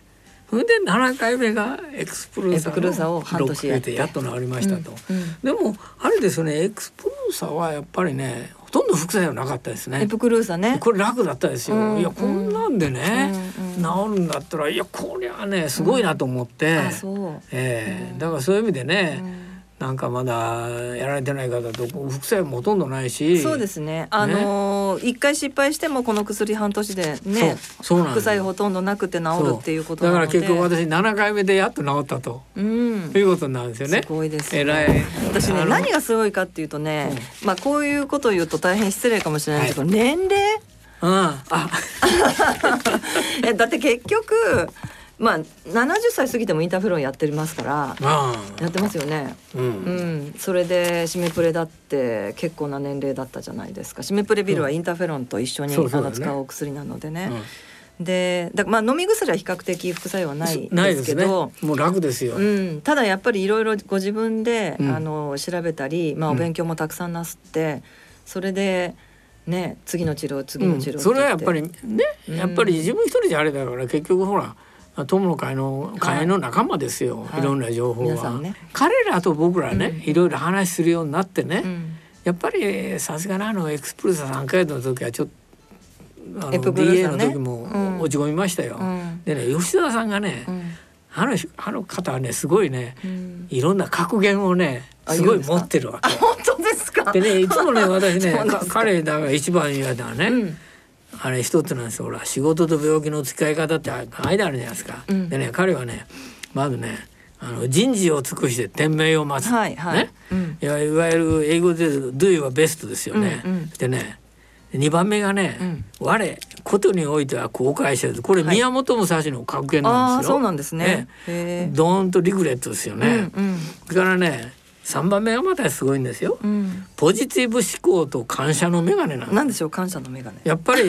S11: それで7回目がエクスプルーサ
S2: エクスプルー
S11: ー
S2: サを
S11: の
S2: 半年や
S11: や
S2: っ
S11: っててやっと治りましたと、
S2: うんうん
S11: でもあれですよねエクスプルーサはやっぱりねほとんど副作用なかったです
S2: エ
S11: ね
S2: プクルーサね
S11: これ楽だったですよ、
S2: うん
S11: いやこんなんでね、
S2: うん
S11: 治るんだったらいやこりゃねすごいなと思って、
S2: あそう
S11: ええだからそういう意味でね、
S2: うん
S11: なんかまだやられてない方と副作用もほとんどないし
S2: そうですねあのー一回失敗してもこの薬半年でね
S11: そうそうなんで
S2: 副
S11: す
S2: 作用ほとんどなくて治るっていうことな
S11: だ
S2: の
S11: か
S2: で
S11: ら結局私7回目でやっと治ったと
S2: うん
S11: いうことなんですよね。
S2: すごいですね
S11: えらい
S2: 私
S11: あ
S2: ね
S11: の
S2: 何がすごいかっていうとね、まあこういうことを言うと大変失礼かもしれないんですけど、年齢
S11: うん、あ
S2: えだって結局まあ70歳過ぎてもインターフェロンやってますから
S11: ま
S2: やってますよね
S11: あ、う、
S2: うんんそれでシメプレだって結構な年齢だったじゃないですかシメプレビルはインターフェロンと一緒に
S11: そうそう
S2: あ
S11: だ
S2: の
S11: ね
S2: 使うお薬なのでね、でだからまあ飲み薬は比較的副作用はない
S11: うんな
S2: で
S11: いですす
S2: け
S11: ね。
S2: ど
S11: もう楽ですよ。
S2: うん、ただやっぱりいろいろご自分で、
S11: うん
S2: あの調べたり、まあ、お
S11: うん
S2: 勉強もたくさんなすって、それで、ね、次の治療次
S11: う
S2: の
S11: ん
S2: 治療て言て、
S11: それはやっぱりね、
S2: うん
S11: やっぱり自分一人じゃあれだから結局ほら友の会の会の仲間ですよ、
S2: はい
S11: い、ろんな情報
S2: 皆さ
S11: は、
S2: んね
S11: 彼らと僕らね、
S2: うん
S11: いろいろ話するようになってね、
S2: うん
S11: やっぱりさすがのあのエクスプルーサ3回の時はちょっと。あの
S2: エププルー
S11: DA
S2: サ
S11: の
S2: ね
S11: 時
S2: うん
S11: も落ち込みましたよ、
S2: うん
S11: でね吉田さんがね、
S2: うん
S11: あのあの方はねすごいね、
S2: うん
S11: いろんな格言をね
S2: あ
S11: すご
S2: 言うん
S11: い
S2: ですか
S11: 持ってるわけ。
S2: 本当ですか
S11: でねいつ もね私ね
S2: そうなんです
S11: か彼だから一番嫌だね、
S2: うん
S11: あれ一つなんですよほら仕事と病気の付き合い方って間あるじゃないですか。
S2: うん
S11: でね彼はねまずねあの人事を尽くして天命を待つ、
S2: はいはい、
S11: ね
S2: うん
S11: いわいわゆる英語で言うと「do はベストですよね。
S2: うんうん
S11: でね2番目がね「
S2: うん
S11: 我ことにおいては後悔せず」これ
S2: はい
S11: 宮本武蔵の格言
S2: あ
S11: なん
S2: あ
S11: ですよ。
S2: そうなんですねへえ
S11: ドーンとリグレットですよね。
S2: うん
S11: それからね3番目がまたすごいんですよ。
S2: うん
S11: ポジティブ思考と感謝の眼鏡な
S2: うんん、
S11: で
S2: な
S11: す
S2: んでしょう感謝の眼鏡
S11: やっぱり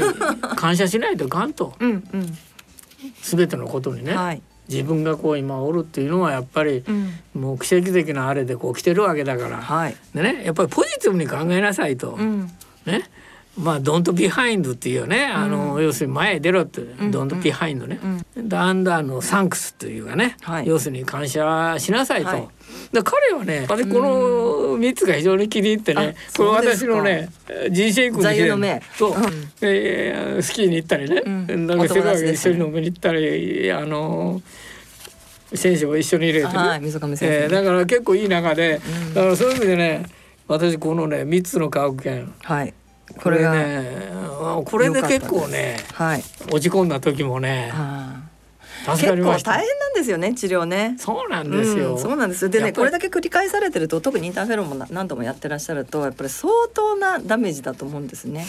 S11: 感謝しないといかんと
S2: うんうん、
S11: 全てのことにね、
S2: はい、
S11: 自分がこう今おるっていうのはやっぱり
S2: うん、
S11: もう奇跡的なあれでこう来てるわけだから
S2: はい、
S11: でねやっぱりポジティブに考えなさいと、
S2: うん、
S11: ねまあ「ドントビハインド」っていうよねあの、要するに前へ出ろって
S2: ん
S11: 「ドントビハインドね」でアンダーの「サンクス」というかね、
S2: はい
S11: 要するに感謝しなさいと。
S2: はい
S11: で彼はね私この3つが非常に気に入ってね
S2: あ
S11: こ
S2: そう
S11: れ
S2: です
S11: 私
S2: か
S11: のね人生訓
S2: 座右の銘
S11: そう、
S2: うん
S11: えースキーに行ったりね、
S2: うん
S11: なんか世
S2: お友
S11: 界
S2: 達
S11: で
S2: で
S11: 一
S2: す
S11: 緒
S2: ね
S11: に飲みに行ったりあの選手も一緒に入れてね、
S2: はい水上先生、
S11: えーだから結構いい中で、だからそういう意味でね私このね3つの科学圏
S2: はいこ
S11: こ
S2: れ
S11: れ
S2: が、
S11: ねあこれで結構ね
S2: はい
S11: 落ち込んだ時もね
S2: あー
S11: 助
S2: 結
S11: かり
S2: 構
S11: ました
S2: 大変なんですよね治療ね
S11: そうなんです
S2: う
S11: よ、
S2: ん、そうなんですよで
S11: や
S2: ね
S11: っぱり
S2: これだけ繰り返されてると特にインターフェロンもな何度もやってらっしゃるとやっぱり相当なダメージだと思うんですね。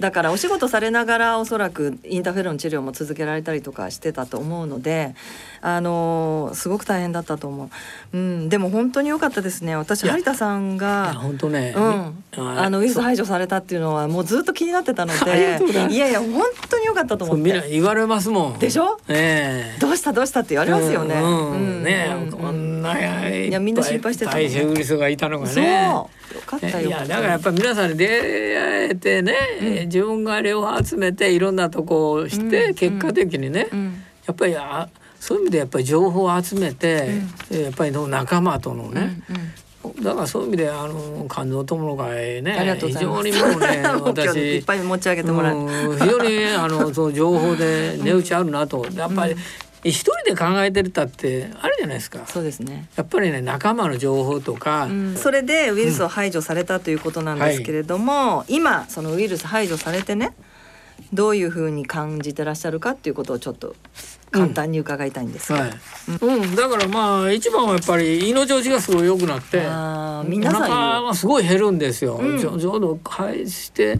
S2: だからお仕事されながらおそらくインターフェロン治療も続けられたりとかしてたと思うので、あのーすごく大変だったと思う、うん、でも本当に良かったですね私
S11: いや
S2: 有田さん
S11: いや
S2: が
S11: 本当ね、
S2: うん、あのウイルス
S11: そう
S2: 排除されたっていうのはもうずっと気になってたの
S11: ありが
S2: で
S11: とうございます
S2: いやいや本当に良かったと
S11: そう
S2: 思っ
S11: みんな
S2: て
S11: 言われますもん
S2: でしょ
S11: ええ
S2: どうしたどうしたって言われますよね。
S11: うん
S2: う
S11: うんんねえ、
S2: うん
S11: こんなやい
S2: いやみんな心配してたもんね
S11: 大変ウイルスがいたのが
S2: そう
S11: ね
S2: よかった
S11: い
S2: よ。
S11: やだからやっぱり皆さんに出会えてね、自分が両方集めていろんなとこをし
S2: う
S11: て、
S2: ん
S11: 結果的にね、
S2: うん
S11: やっぱりあそういう意味でやっぱり情報を集めて、やっぱりの仲間とのね、だからそういう意味であの肝臓友の会
S2: ありが
S11: ね
S2: とう
S11: 非
S2: ございま
S11: 常
S2: す。
S11: にも うね
S2: 今日
S11: 私
S2: いっぱい持ち上げてもらえる。
S11: うん非常にあのその情 報で値打ちあるなと、やっぱり一人で考えてるたってあるじゃないですか。
S2: そうですね。
S11: やっぱりね仲間の情報とか、
S2: それでウイルスを排除されたということなんですけれども、今そのウイルス排除されてねどういうふうに感じてらっしゃるかっていうことをちょっと簡単に伺いたいんですが、
S11: はい。うん、だからまあ一番はやっぱり胃の調子がすごい良くなって、
S2: あー
S11: お
S2: 皆さん
S11: 腹
S2: よ
S11: がすごい減るんですよ。
S2: ん
S11: ちょちょうど開始して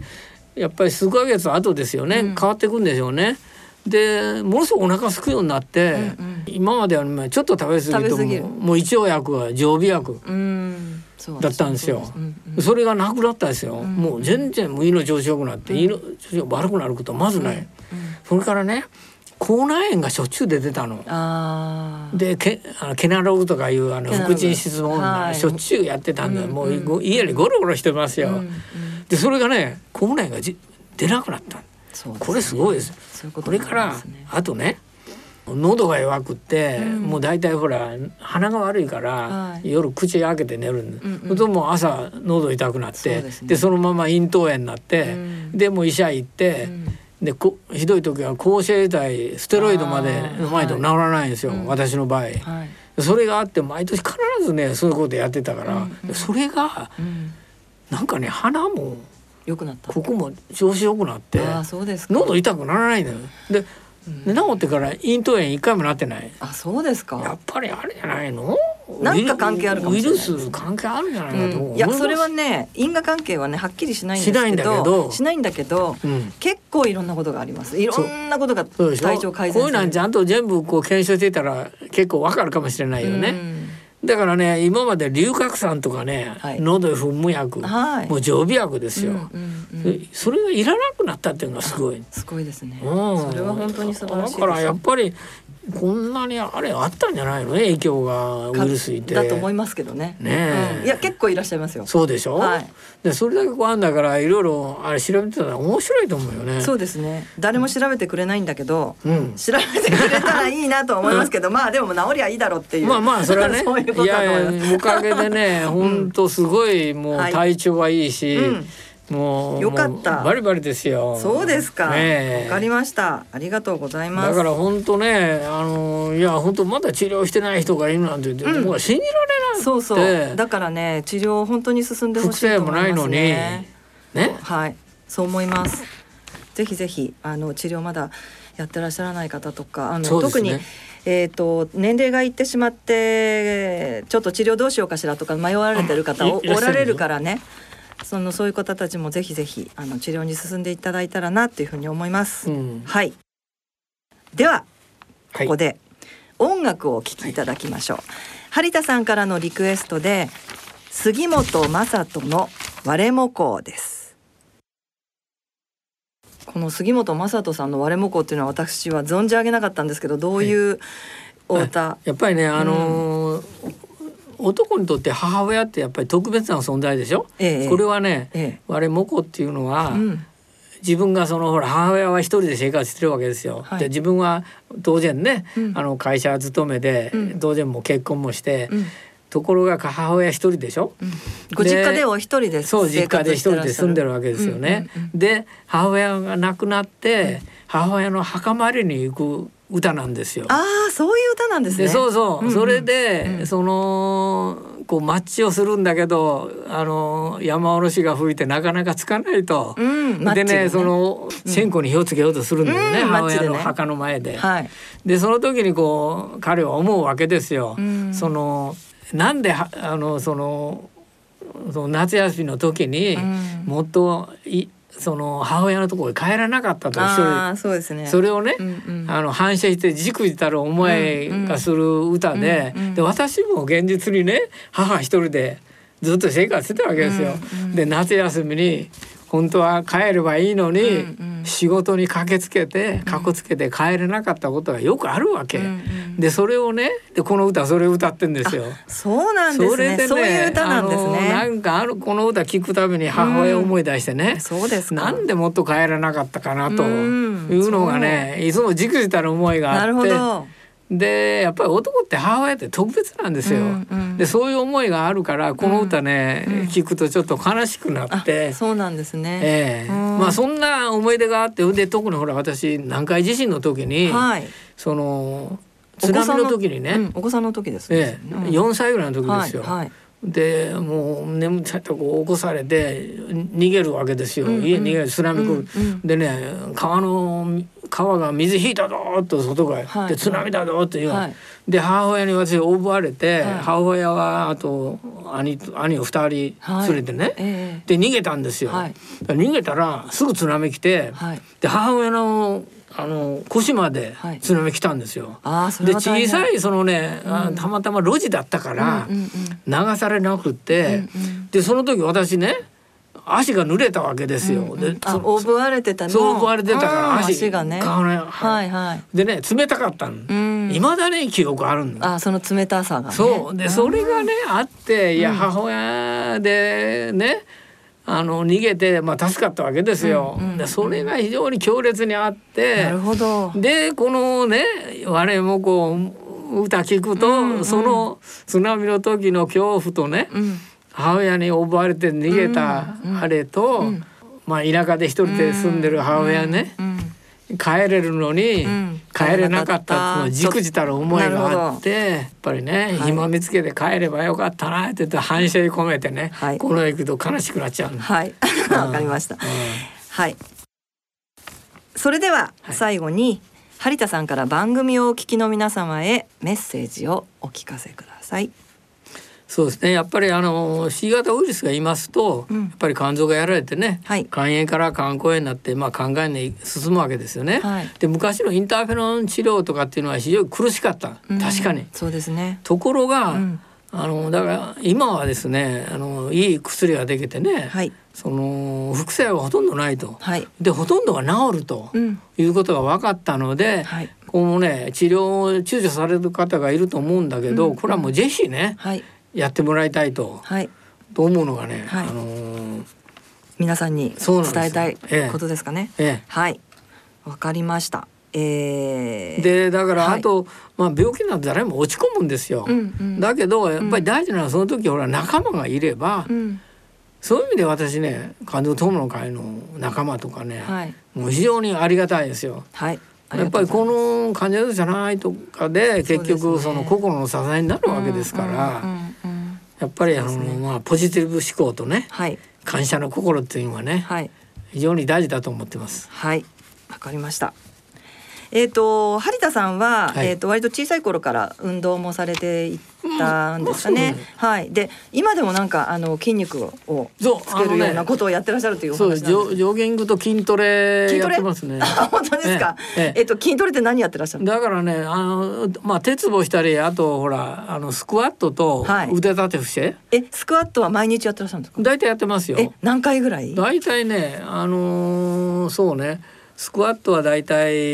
S11: やっぱり数ヶ月後ですよね、
S2: うん
S11: 変わっていくんでしょうね。でものすごくお腹すくようになって、
S2: うんうん
S11: 今まではねちょっと食べ過ぎる
S2: 食
S11: と
S2: べ過ぎる
S11: もうもう一応薬は常備薬
S2: うん
S11: だったんですよ。それがなくなったんですよ。もう全然もう胃の調子良くなって、胃の調子が悪くなることはまずない。それからね口内炎がしょっちゅう出てたの。
S2: あー
S11: でけあのケナログとかいうあの
S2: ケナログ
S11: 副腎質
S2: は
S11: 問が
S2: い
S11: しょっちゅうやってたんだ、
S2: うん
S11: もうご家にゴロゴロしてますよ。
S2: うん
S11: でそれがね口内炎がじ出なくなったの
S2: そうですね
S11: これすごいです。
S2: そういう
S11: こ
S2: こと
S11: れ
S2: に
S11: か
S2: なり
S11: ら
S2: ますね
S11: あとね喉が弱くって、
S2: うん
S11: もう大体ほら鼻が悪いから、
S2: はい
S11: 夜口開けて寝るんで、
S2: うんうん
S11: それともう朝喉痛くなって
S2: そう
S11: で、
S2: ですね
S11: そのまま咽頭炎になって、
S2: うん
S11: でもう医者行って、でこひどい時は抗生剤ステロイドまで飲まないと治らないんですよ、
S2: はいうん
S11: 私の場合、
S2: はい
S11: それがあって毎年必ずねそういうことやってたから、
S2: うんうん
S11: それが
S2: うん
S11: なんかね鼻も
S2: 良くなった
S11: ここも調子良くなって。
S2: あーそうですか
S11: 喉痛くならないのよで,、で治ってから咽頭炎一回もなってない
S2: あそうです
S11: や
S2: か
S11: っぱりあれじゃないの
S2: なんか関係あるかもしれないですね
S11: ウイルス関係あるんじゃな
S2: う
S11: いかと思い
S2: ん
S11: ます、
S2: いやそれはね因果関係はねはっきりしないんですけど
S11: しないんだけど
S2: しないんだけど
S11: うん
S2: 結構いろんなことがありますいろんなことが
S11: そうでしょ
S2: 体調改善
S11: こういうのはちゃんと全部こう検証してたら結構わかるかもしれないよね、だからね今まで龍角散とかね、
S2: はい
S11: 喉噴霧薬、
S2: うんはい
S11: もう常備薬ですよ、
S2: うんうんうん
S11: でそれがいらなくなったっていうのがすごい、
S2: すごいですね
S11: うん、
S2: それは本当に素晴らしいです
S11: だからやっぱりこんなにあれあったんじゃないのね影響がウイルスいて
S2: だと思いますけどね
S11: ねえ
S2: うんいや結構いらっしゃいますよ
S11: そうでしょ、
S2: はい
S11: でそれだけこうあんだからいろいろあれ調べてたら面白いと思うよね
S2: そうですね誰も調べてくれないんだけど
S11: うん
S2: 調べてくれたらいいなとは思いますけどまあでも治りゃいいだろうっていう
S11: まあまあそれはね
S2: そういうことだと思います
S11: ややおかげで ね本当すごいもう
S2: はい
S11: 体調はいいし、
S2: うん
S11: もう
S2: よかった
S11: もうバリバリですよ
S2: そうですか。わ、
S11: ねえ
S2: かりました。ありがとうございます。
S11: だから本当ねあのいや本当まだ治療してない人がいるなんて、
S2: ん
S11: 僕は信じられない
S2: そうそ
S11: で
S2: う。だからね、治療本当に進んでほ
S11: 副
S2: しい
S11: 作
S2: と
S11: 用も
S2: 思
S11: ないい
S2: ま
S11: の
S2: す
S11: にね
S2: ね。はい、そう思います。ぜひぜひあの治療まだやってらっしゃらない方とか、あの、
S11: そうで
S2: 特
S11: すね
S2: にえっ、と年齢がいってしまってちょっと治療どうしようかしらとか迷われてる方お
S11: いいらっ
S2: お
S11: しゃる
S2: られるからね。そのそういう方たちもぜひぜひあの治療に進んでいただいたらなというふうに思います。
S11: うん
S2: はい。では
S11: は
S2: こ
S11: い
S2: こで音楽をお聴きいただきましょう、張田さんからのリクエストで杉本雅人の我もこうですこの杉本雅人さんの我もこうっていうのは私は存じ上げなかったんですけどどういうお歌、
S11: やっぱりねあのー男にとって母親ってやっぱり特別な存在でしょ、
S2: ええ
S11: これはね、
S2: ええ
S11: 我もこっていうのは、
S2: うん
S11: 自分がそのほら母親は一人で生活してるわけですよ。
S2: はい
S11: で自分は当然ね、
S2: うん
S11: あの会社勤めで、
S2: うん
S11: 当然もう結婚もして、
S2: うん
S11: ところが母親一人でしょ、
S2: ご実家でお一人で
S11: そう実
S2: 生
S11: 家で
S2: 活
S11: 一
S2: して
S11: 人
S2: らっしゃる
S11: で住んでるわけですよね。
S2: うんうん
S11: で母親が亡くなって、母親の墓参りに行く歌なんですよ。
S2: ああそういう歌なんですね
S11: でそうそう、
S2: んん
S11: それで、
S2: うん
S11: そのこうマッチをするんだけどあの山おろしが吹いてなかなかつかないと、
S2: うんマッチ
S11: で
S2: で
S11: ね
S2: ね
S11: その線香に火をつけようとするんだよね、
S2: うんマ
S11: 母
S2: ッチで
S11: 親
S2: ね
S11: の墓の前で。
S2: はい
S11: でその時にこう彼は思うわけですよ。
S2: うん
S11: そのなんではあのそのその夏休みの時に、
S2: うん
S11: もっといその母親のところへ帰らなかったと一人で
S2: ああそうですね
S11: それをね、
S2: うんうん
S11: あの反射してじくじたる思いがする歌で,、
S2: うんうん
S11: で私も現実にね母一人でずっと生活してたわけですよ。
S2: うんうん
S11: で夏休みに本当は帰ればいいのに、
S2: うんうん
S11: 仕事に駆けつけてかこつけて帰れなかったことがよくあるわけ、
S2: うんうん
S11: でそれをねでこの歌それを歌ってんですよ。
S2: そうなんですねそういう歌なんです
S11: あのな
S2: ね
S11: んかあるこの歌聞くために母親を思い出してね、
S2: そうですか
S11: なんでもっと帰らなかったかなと
S2: うん
S11: いうのがね、いつもじくじたる思いが
S2: なるほ
S11: あっ
S2: ど
S11: てでやっぱり男って母親って特別なんですよ。
S2: うんうん
S11: でそういう思いがあるからこの歌ね、
S2: うん
S11: 聞くとちょっと悲しくな
S2: あ
S11: って。
S2: そうなんですね、
S11: ええ
S2: うん
S11: まあそんな思い出があってで特にほら私南海地震の時に、
S2: はい
S11: その津波の時にね、
S2: うんお子さんの時です
S11: え
S2: ね、
S11: え
S2: うん
S11: 4歳ぐらいの時ですよ。
S2: はいはい
S11: でもう眠っちゃってこう起こされて逃げるわけですよ、
S2: うんうん
S11: 家逃げる津波来る、
S2: うんうん
S11: でね川の川が水引いたぞーっと外が、
S2: はい
S11: で津波だぞーって言う、
S2: はい
S11: で母親に私溺れて、
S2: はい
S11: 母親はあと兄と兄を2
S2: はい
S11: 人連れてね、
S2: ええ
S11: で逃げたんですよ、
S2: はい
S11: だから逃げたらすぐ津波来て、
S2: はい
S11: で母親のあの腰まで津波来たんですよ。
S2: ああそ
S11: で
S2: れは大
S11: 小
S2: 変
S11: さいそのね、あ
S2: うん
S11: たまたま路地だったから
S2: うんうん
S11: 流されなくって、でその時私ね足が濡れたわけですよ。で
S2: あ
S11: そ
S2: おぶわれてたの
S11: そうおぶわれてたから
S2: あー
S11: 足
S2: 足がね
S11: がね
S2: はいはい
S11: でね冷たかったの
S2: うん
S11: いまだに記憶あるんだ
S2: あその冷たさがね
S11: そうでそれがねあっていや
S2: うん
S11: 母親でねあの逃げて、まあ、助かったわけですよ、でそれが非常に強烈にあって
S2: なるほど
S11: でこのね我もこう歌聞くと、その津波の時の恐怖とね、
S2: うん
S11: 母親に溺れて逃げたあれと、まあ、田舎で一人で住んでる母親ね、帰れるのに帰れなかったっていうのじくじたる思いがあってやっぱりね、今見つけて帰ればよかったなって言って反省込めてね、
S2: はい
S11: この世行くと悲しくなっちゃうんだ
S2: はい わかりましたはいそれでは最後に張田さんから番組をお聞きの皆様へメッセージをお聞かせください
S11: そうですねやっぱりあの C 型ウイルスがいますと、
S2: うん
S11: やっぱり肝臓がやられてね、
S2: はい
S11: 肝炎から肝硬炎になって、まあ、肝がんに進むわけですよね。
S2: はい
S11: で昔のインターフェロン治療とかっていうのは非常に苦しかった、
S2: うん
S11: 確かに。
S2: そうですね
S11: ところが、
S2: うん
S11: あのだから今はですねあのいい薬ができてね、
S2: はい
S11: その副作用がほとんどないと、
S2: はい
S11: でほとんどが治ると
S2: うん
S11: いうことが分かったので、
S2: はい
S11: このね治療を躊躇される方がいると思うんだけど、
S2: うん
S11: これはもうぜひね、
S2: はい
S11: やってもらいたいと,、
S2: はい
S11: と思うのがね、
S2: はい
S11: あのー
S2: 皆さんに
S11: そう
S2: 伝
S11: なんで
S2: え
S11: すよ
S2: たい
S11: ええ
S2: ことですかね
S11: え
S2: はいわかりましたえー、
S11: え、でだから
S2: はい
S11: あと、まあ、病気なんて誰も落ち込むんですよ。
S2: うんうん
S11: だけどやっぱり大事なのはその時ほら仲間がいれば、
S2: うん
S11: そういう意味で私ね肝臓友の会の仲間とかね、
S2: はい
S11: もう非常にありがたいですよ。
S2: はいあり
S11: やっ
S2: がと
S11: ぱ
S2: うござ
S11: り
S2: い
S11: こ
S2: ます
S11: の患者じゃないとかで
S2: そうですね
S11: 結局その心の支えになるわけですから、
S2: うんうんうん
S11: やっぱりあの、
S2: そうですね
S11: まあ、ポジティブ思考とね
S2: はい
S11: 感謝の心っていうのはね、
S2: はい
S11: 非常に大事だと思ってます。
S2: はい、わかりました。えっ、と張田さんは、
S11: はい
S2: えっ、と割と小さい頃から運動もされていったんですかね。
S11: うんま
S2: はい。で今でもなんかあの筋肉を
S11: そう
S2: つけ
S11: あの
S2: る
S11: ね
S2: ようなことをやってらっしゃるというお話
S11: そ
S2: な
S11: うんで
S2: ですす
S11: ジョジョギングと筋トレ
S2: 筋ト
S11: やっ
S2: レ
S11: てますね。
S2: あ本当ですか。
S11: え
S2: え
S11: え
S2: っ、
S11: ええ
S2: と筋トレって何やってらっしゃる？
S11: だからねあのまあ鉄棒したりあとほらあのスクワットと
S2: はい
S11: 腕立て伏せ、
S2: えスクワットは毎日やってらっしゃるんですか？
S11: 大体やってますよ。
S2: え何回ぐらい？
S11: 大体ねあのーそうねスクワットは大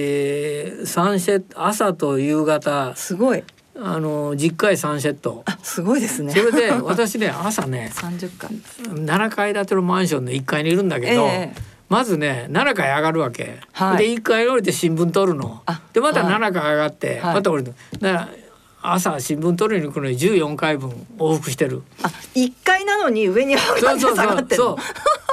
S11: 体三セット朝と夕方
S2: すごい
S11: あのー10回3セット。
S2: あすごいですね
S11: そ。れで私ね朝 ね
S2: 三十回。
S11: 7階建てのマンションの1階にいるんだけど、
S2: ええ
S11: まずね7階上がるわけ、
S2: はい
S11: で1階降りて新聞取るの
S2: あ
S11: でまた
S2: はい
S11: 7階上がって、
S2: はい
S11: また降りるのだから朝新聞取りに行くのに14回分往復してる。
S2: あ一回なのに上に上が
S11: そ
S2: って下
S11: うそうそ
S2: がっ
S11: う
S2: てる
S11: そう
S2: の。
S11: だ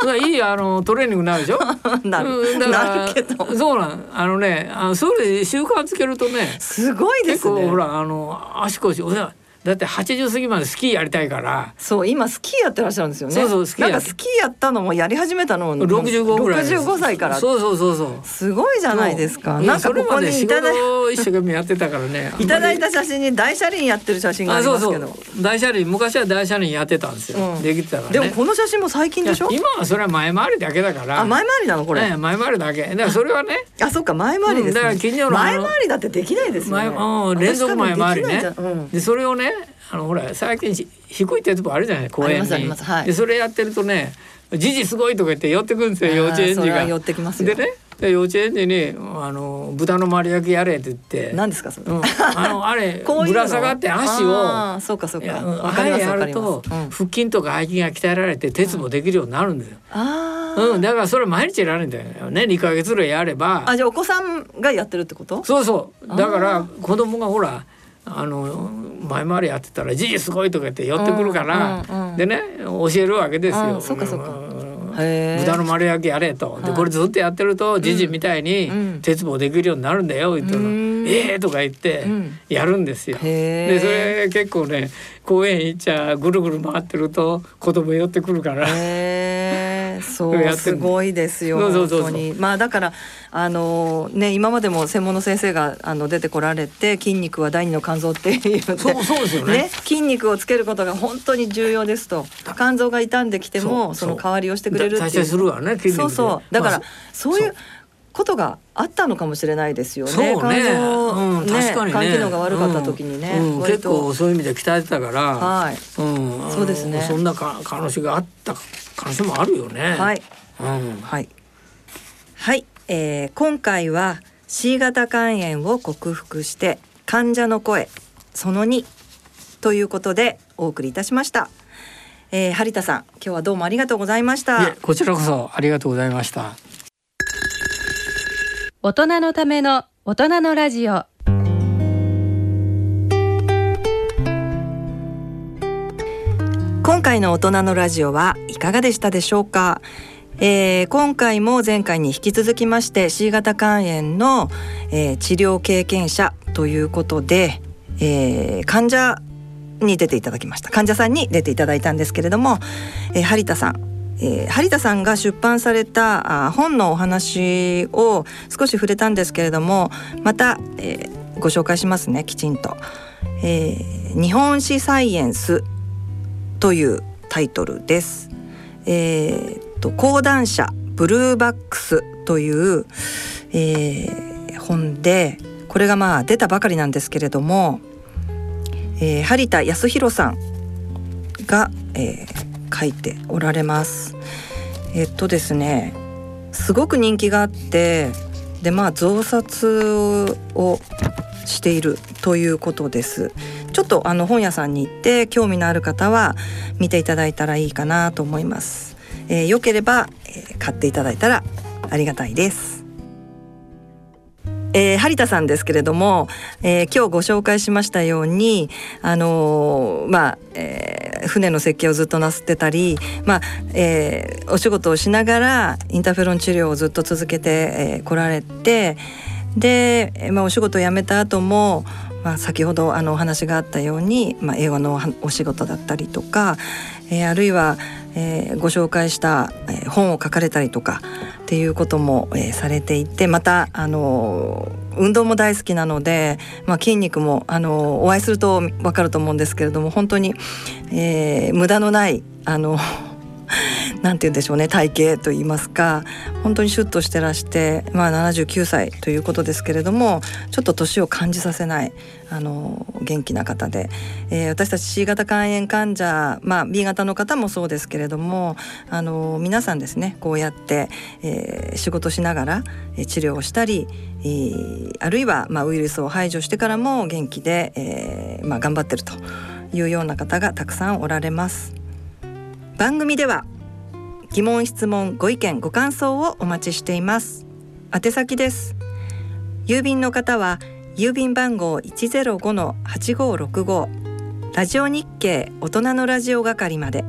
S11: からいいあのトレーニングになるでしょ
S2: なる
S11: うんだから
S2: なるけど
S11: そうなんあのねあのそれ習慣つけるとね
S2: すごいで
S11: 結
S2: すね。
S11: 構ほらあの足腰俺はだって80過ぎまでスキーやりたいから
S2: そう今スキーやってらっしゃるんですよね。
S11: そうそうスキーや
S2: な
S11: っ
S2: んかスキーやったのもやり始めたのも
S11: 65ぐらいです
S2: 65歳から。
S11: そうそうそうそう
S2: すごいじゃないですか。
S11: いや
S2: なんかここにいただ
S11: それまで仕事を一生懸命やってたからね
S2: いただいた写真に大車輪やってる写真があ
S11: あ
S2: り
S11: そう
S2: ます
S11: そ
S2: けど。
S11: う大車輪昔は大車輪やってたんですよ、
S2: うん
S11: できてたからね
S2: でもこの写真も最近でしょ
S11: い。や今はそれは前回りだけだから
S2: あ前回りなのこれ。
S11: ええ前回りだけだからそれはね
S2: あそっか前回りです、ね
S11: うんだから近所のあ
S2: 前
S11: の
S2: 回りだってできないですよ
S11: 前
S2: ね。
S11: うん連続前回り
S2: 私
S11: ね
S2: 多分できないじゃんうん
S11: でそれをねあのほら最近し低い鉄棒あるじゃない公
S2: あり
S11: 園に
S2: ますありますはい
S11: でそれやってるとね「じじすごい」とか言って寄ってくるんですよ
S2: あー
S11: 幼稚園児
S2: それは
S11: が。
S2: 寄ってきますよ
S11: でねで幼稚園児にあの「豚の丸焼きやれ」って言って。
S2: 何ですかそれ。
S11: うん、あ のあれ
S2: こういう
S11: ぶ
S2: の
S11: ら下がって足
S2: あー
S11: を
S2: そうかそう
S11: い
S2: か。
S11: やうん
S2: わかり
S11: あ
S2: ま
S11: れ
S2: す
S11: や
S2: わか
S11: る
S2: ります
S11: と。
S2: うん
S11: 腹筋とか背筋が鍛えられて鉄もできるようになるんですよ。
S2: ああ。
S11: うん、だからそれ毎日やられるんだよね2ヶ月ぐらいやれば
S2: あじゃあお子さんがやってるってこと？
S11: そうそうだから子供がほらあの前回りやってたら「じいすごい」とか言って寄ってくるから、
S2: うんうん
S11: でね教えるわけですよ。
S2: うんそうかそうか
S11: ん
S2: へー
S11: 豚の丸焼きやれと、でこれずっとやってるとじじみたいに鉄棒できるようになるんだよ言ったら
S2: ん
S11: 「ええ!」とか言って
S2: ん
S11: やるんですよ。
S2: へー
S11: でそれ結構ね公園行っちゃぐるぐる回ってると子供寄ってくるから。
S2: へえ、そ
S11: や
S2: う
S11: って
S2: す
S11: んの
S2: ごいですよ
S11: そうそう
S2: 本
S11: そうそう
S2: 当に。まあだからあのね今までも専門の先生があの出てこられて筋肉は第二の肝臓っていうそう
S11: そうそうですよね
S2: 筋肉をつけることが本当に重要ですと肝臓が傷んできてもその代わりをしてくれる
S11: だ
S2: っ
S11: 代
S2: てい
S11: 謝
S2: う。
S11: するわね筋肉
S2: そうそうだから、
S11: まあ
S2: そういうことがあったのかもしれないですよね。
S11: そうね
S2: 肝臓
S11: うん確かにね
S2: 肝機能が悪かった時にね、
S11: うん
S2: 割
S11: 結
S2: と
S11: 構そういう意味で鍛えてたから、
S2: はい
S11: うんあの
S2: そうですね
S11: そんなか可能性があった可能性もあるよね。
S2: はい、
S11: うん、
S2: はい、はい、えー今回は C 型肝炎を克服して患者の声その2ということでお送りいたしました。えー、張田さん、今日はどうもありがとうございました。
S11: いえこちらこそありがとうございました。
S1: 大人のための大人のラジオ
S2: 今回の大人のラジオはいかがでしたでしょうか、えー今回も前回に引き続きまして C 型肝炎の、えー治療経験者ということで、えー患者に出ていただきました患者さんに出ていただいたんですけれども、えー、張田さんえー、張田さんが出版されたあー本のお話を少し触れたんですけれどもまた、えーご紹介しますねきちんと、えー日本史サイエンスというタイトルです。えーっと講談社ブルーバックスという、えー本でこれがまあ出たばかりなんですけれども、えー、張田康弘さんが、えー書いておられます。えっとですねすごく人気があってでまあ増刷をしているということです。ちょっとあの本屋さんに行って興味のある方は見ていただいたらいいかなと思います。えー、良ければ、えー買っていただいたらありがたいです。えー、張田さんですけれども、えー今日ご紹介しましたように、あのーまあ、えー船の設計をずっとなすってたり、まあえーお仕事をしながらインターフェロン治療をずっと続けてえーこ、られてで、えーまあ、お仕事を辞めた後も、まあ、先ほどあのお話があったように、まあ、英語のおはお仕事だったりとか、えーあるいは、えーご紹介した、えー本を書かれたりとかっていうことも、えーされていてまた、あのー運動も大好きなので、まあ、筋肉も、あのーお会いすると分かると思うんですけれども本当に、えー無駄のないあの なんて言うんでしょうね体型と言いますか本当にシュッとしてらして、まあ、79歳ということですけれどもちょっと年を感じさせないあの元気な方で、えー私たち C 型肝炎患者、まあ、B 型の方もそうですけれどもあの皆さんですねこうやって、えー仕事しながらえー治療をしたり、えーあるいは、まあ、ウイルスを排除してからも元気で、えーまあ、頑張ってるというような方がたくさんおられます。番組では疑問質問ご意見ご感想をお待ちしています宛先です郵便の方は郵便番号105-8565ラジオ日経大人のラジオ係まで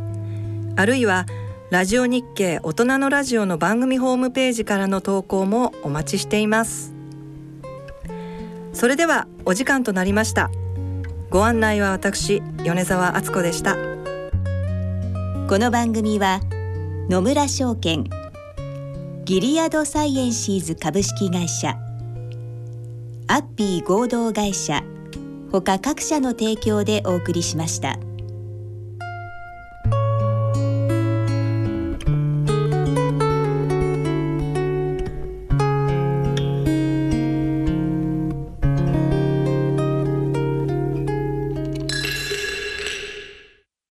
S2: あるいはラジオ日経大人のラジオの番組ホームページからの投稿もお待ちしていますそれではお時間となりましたご案内は私米澤敦子でした
S3: この番組は野村証券ギリアドサイエンシーズ株式会社アッピー合同会社他各社の提供でお送りしました。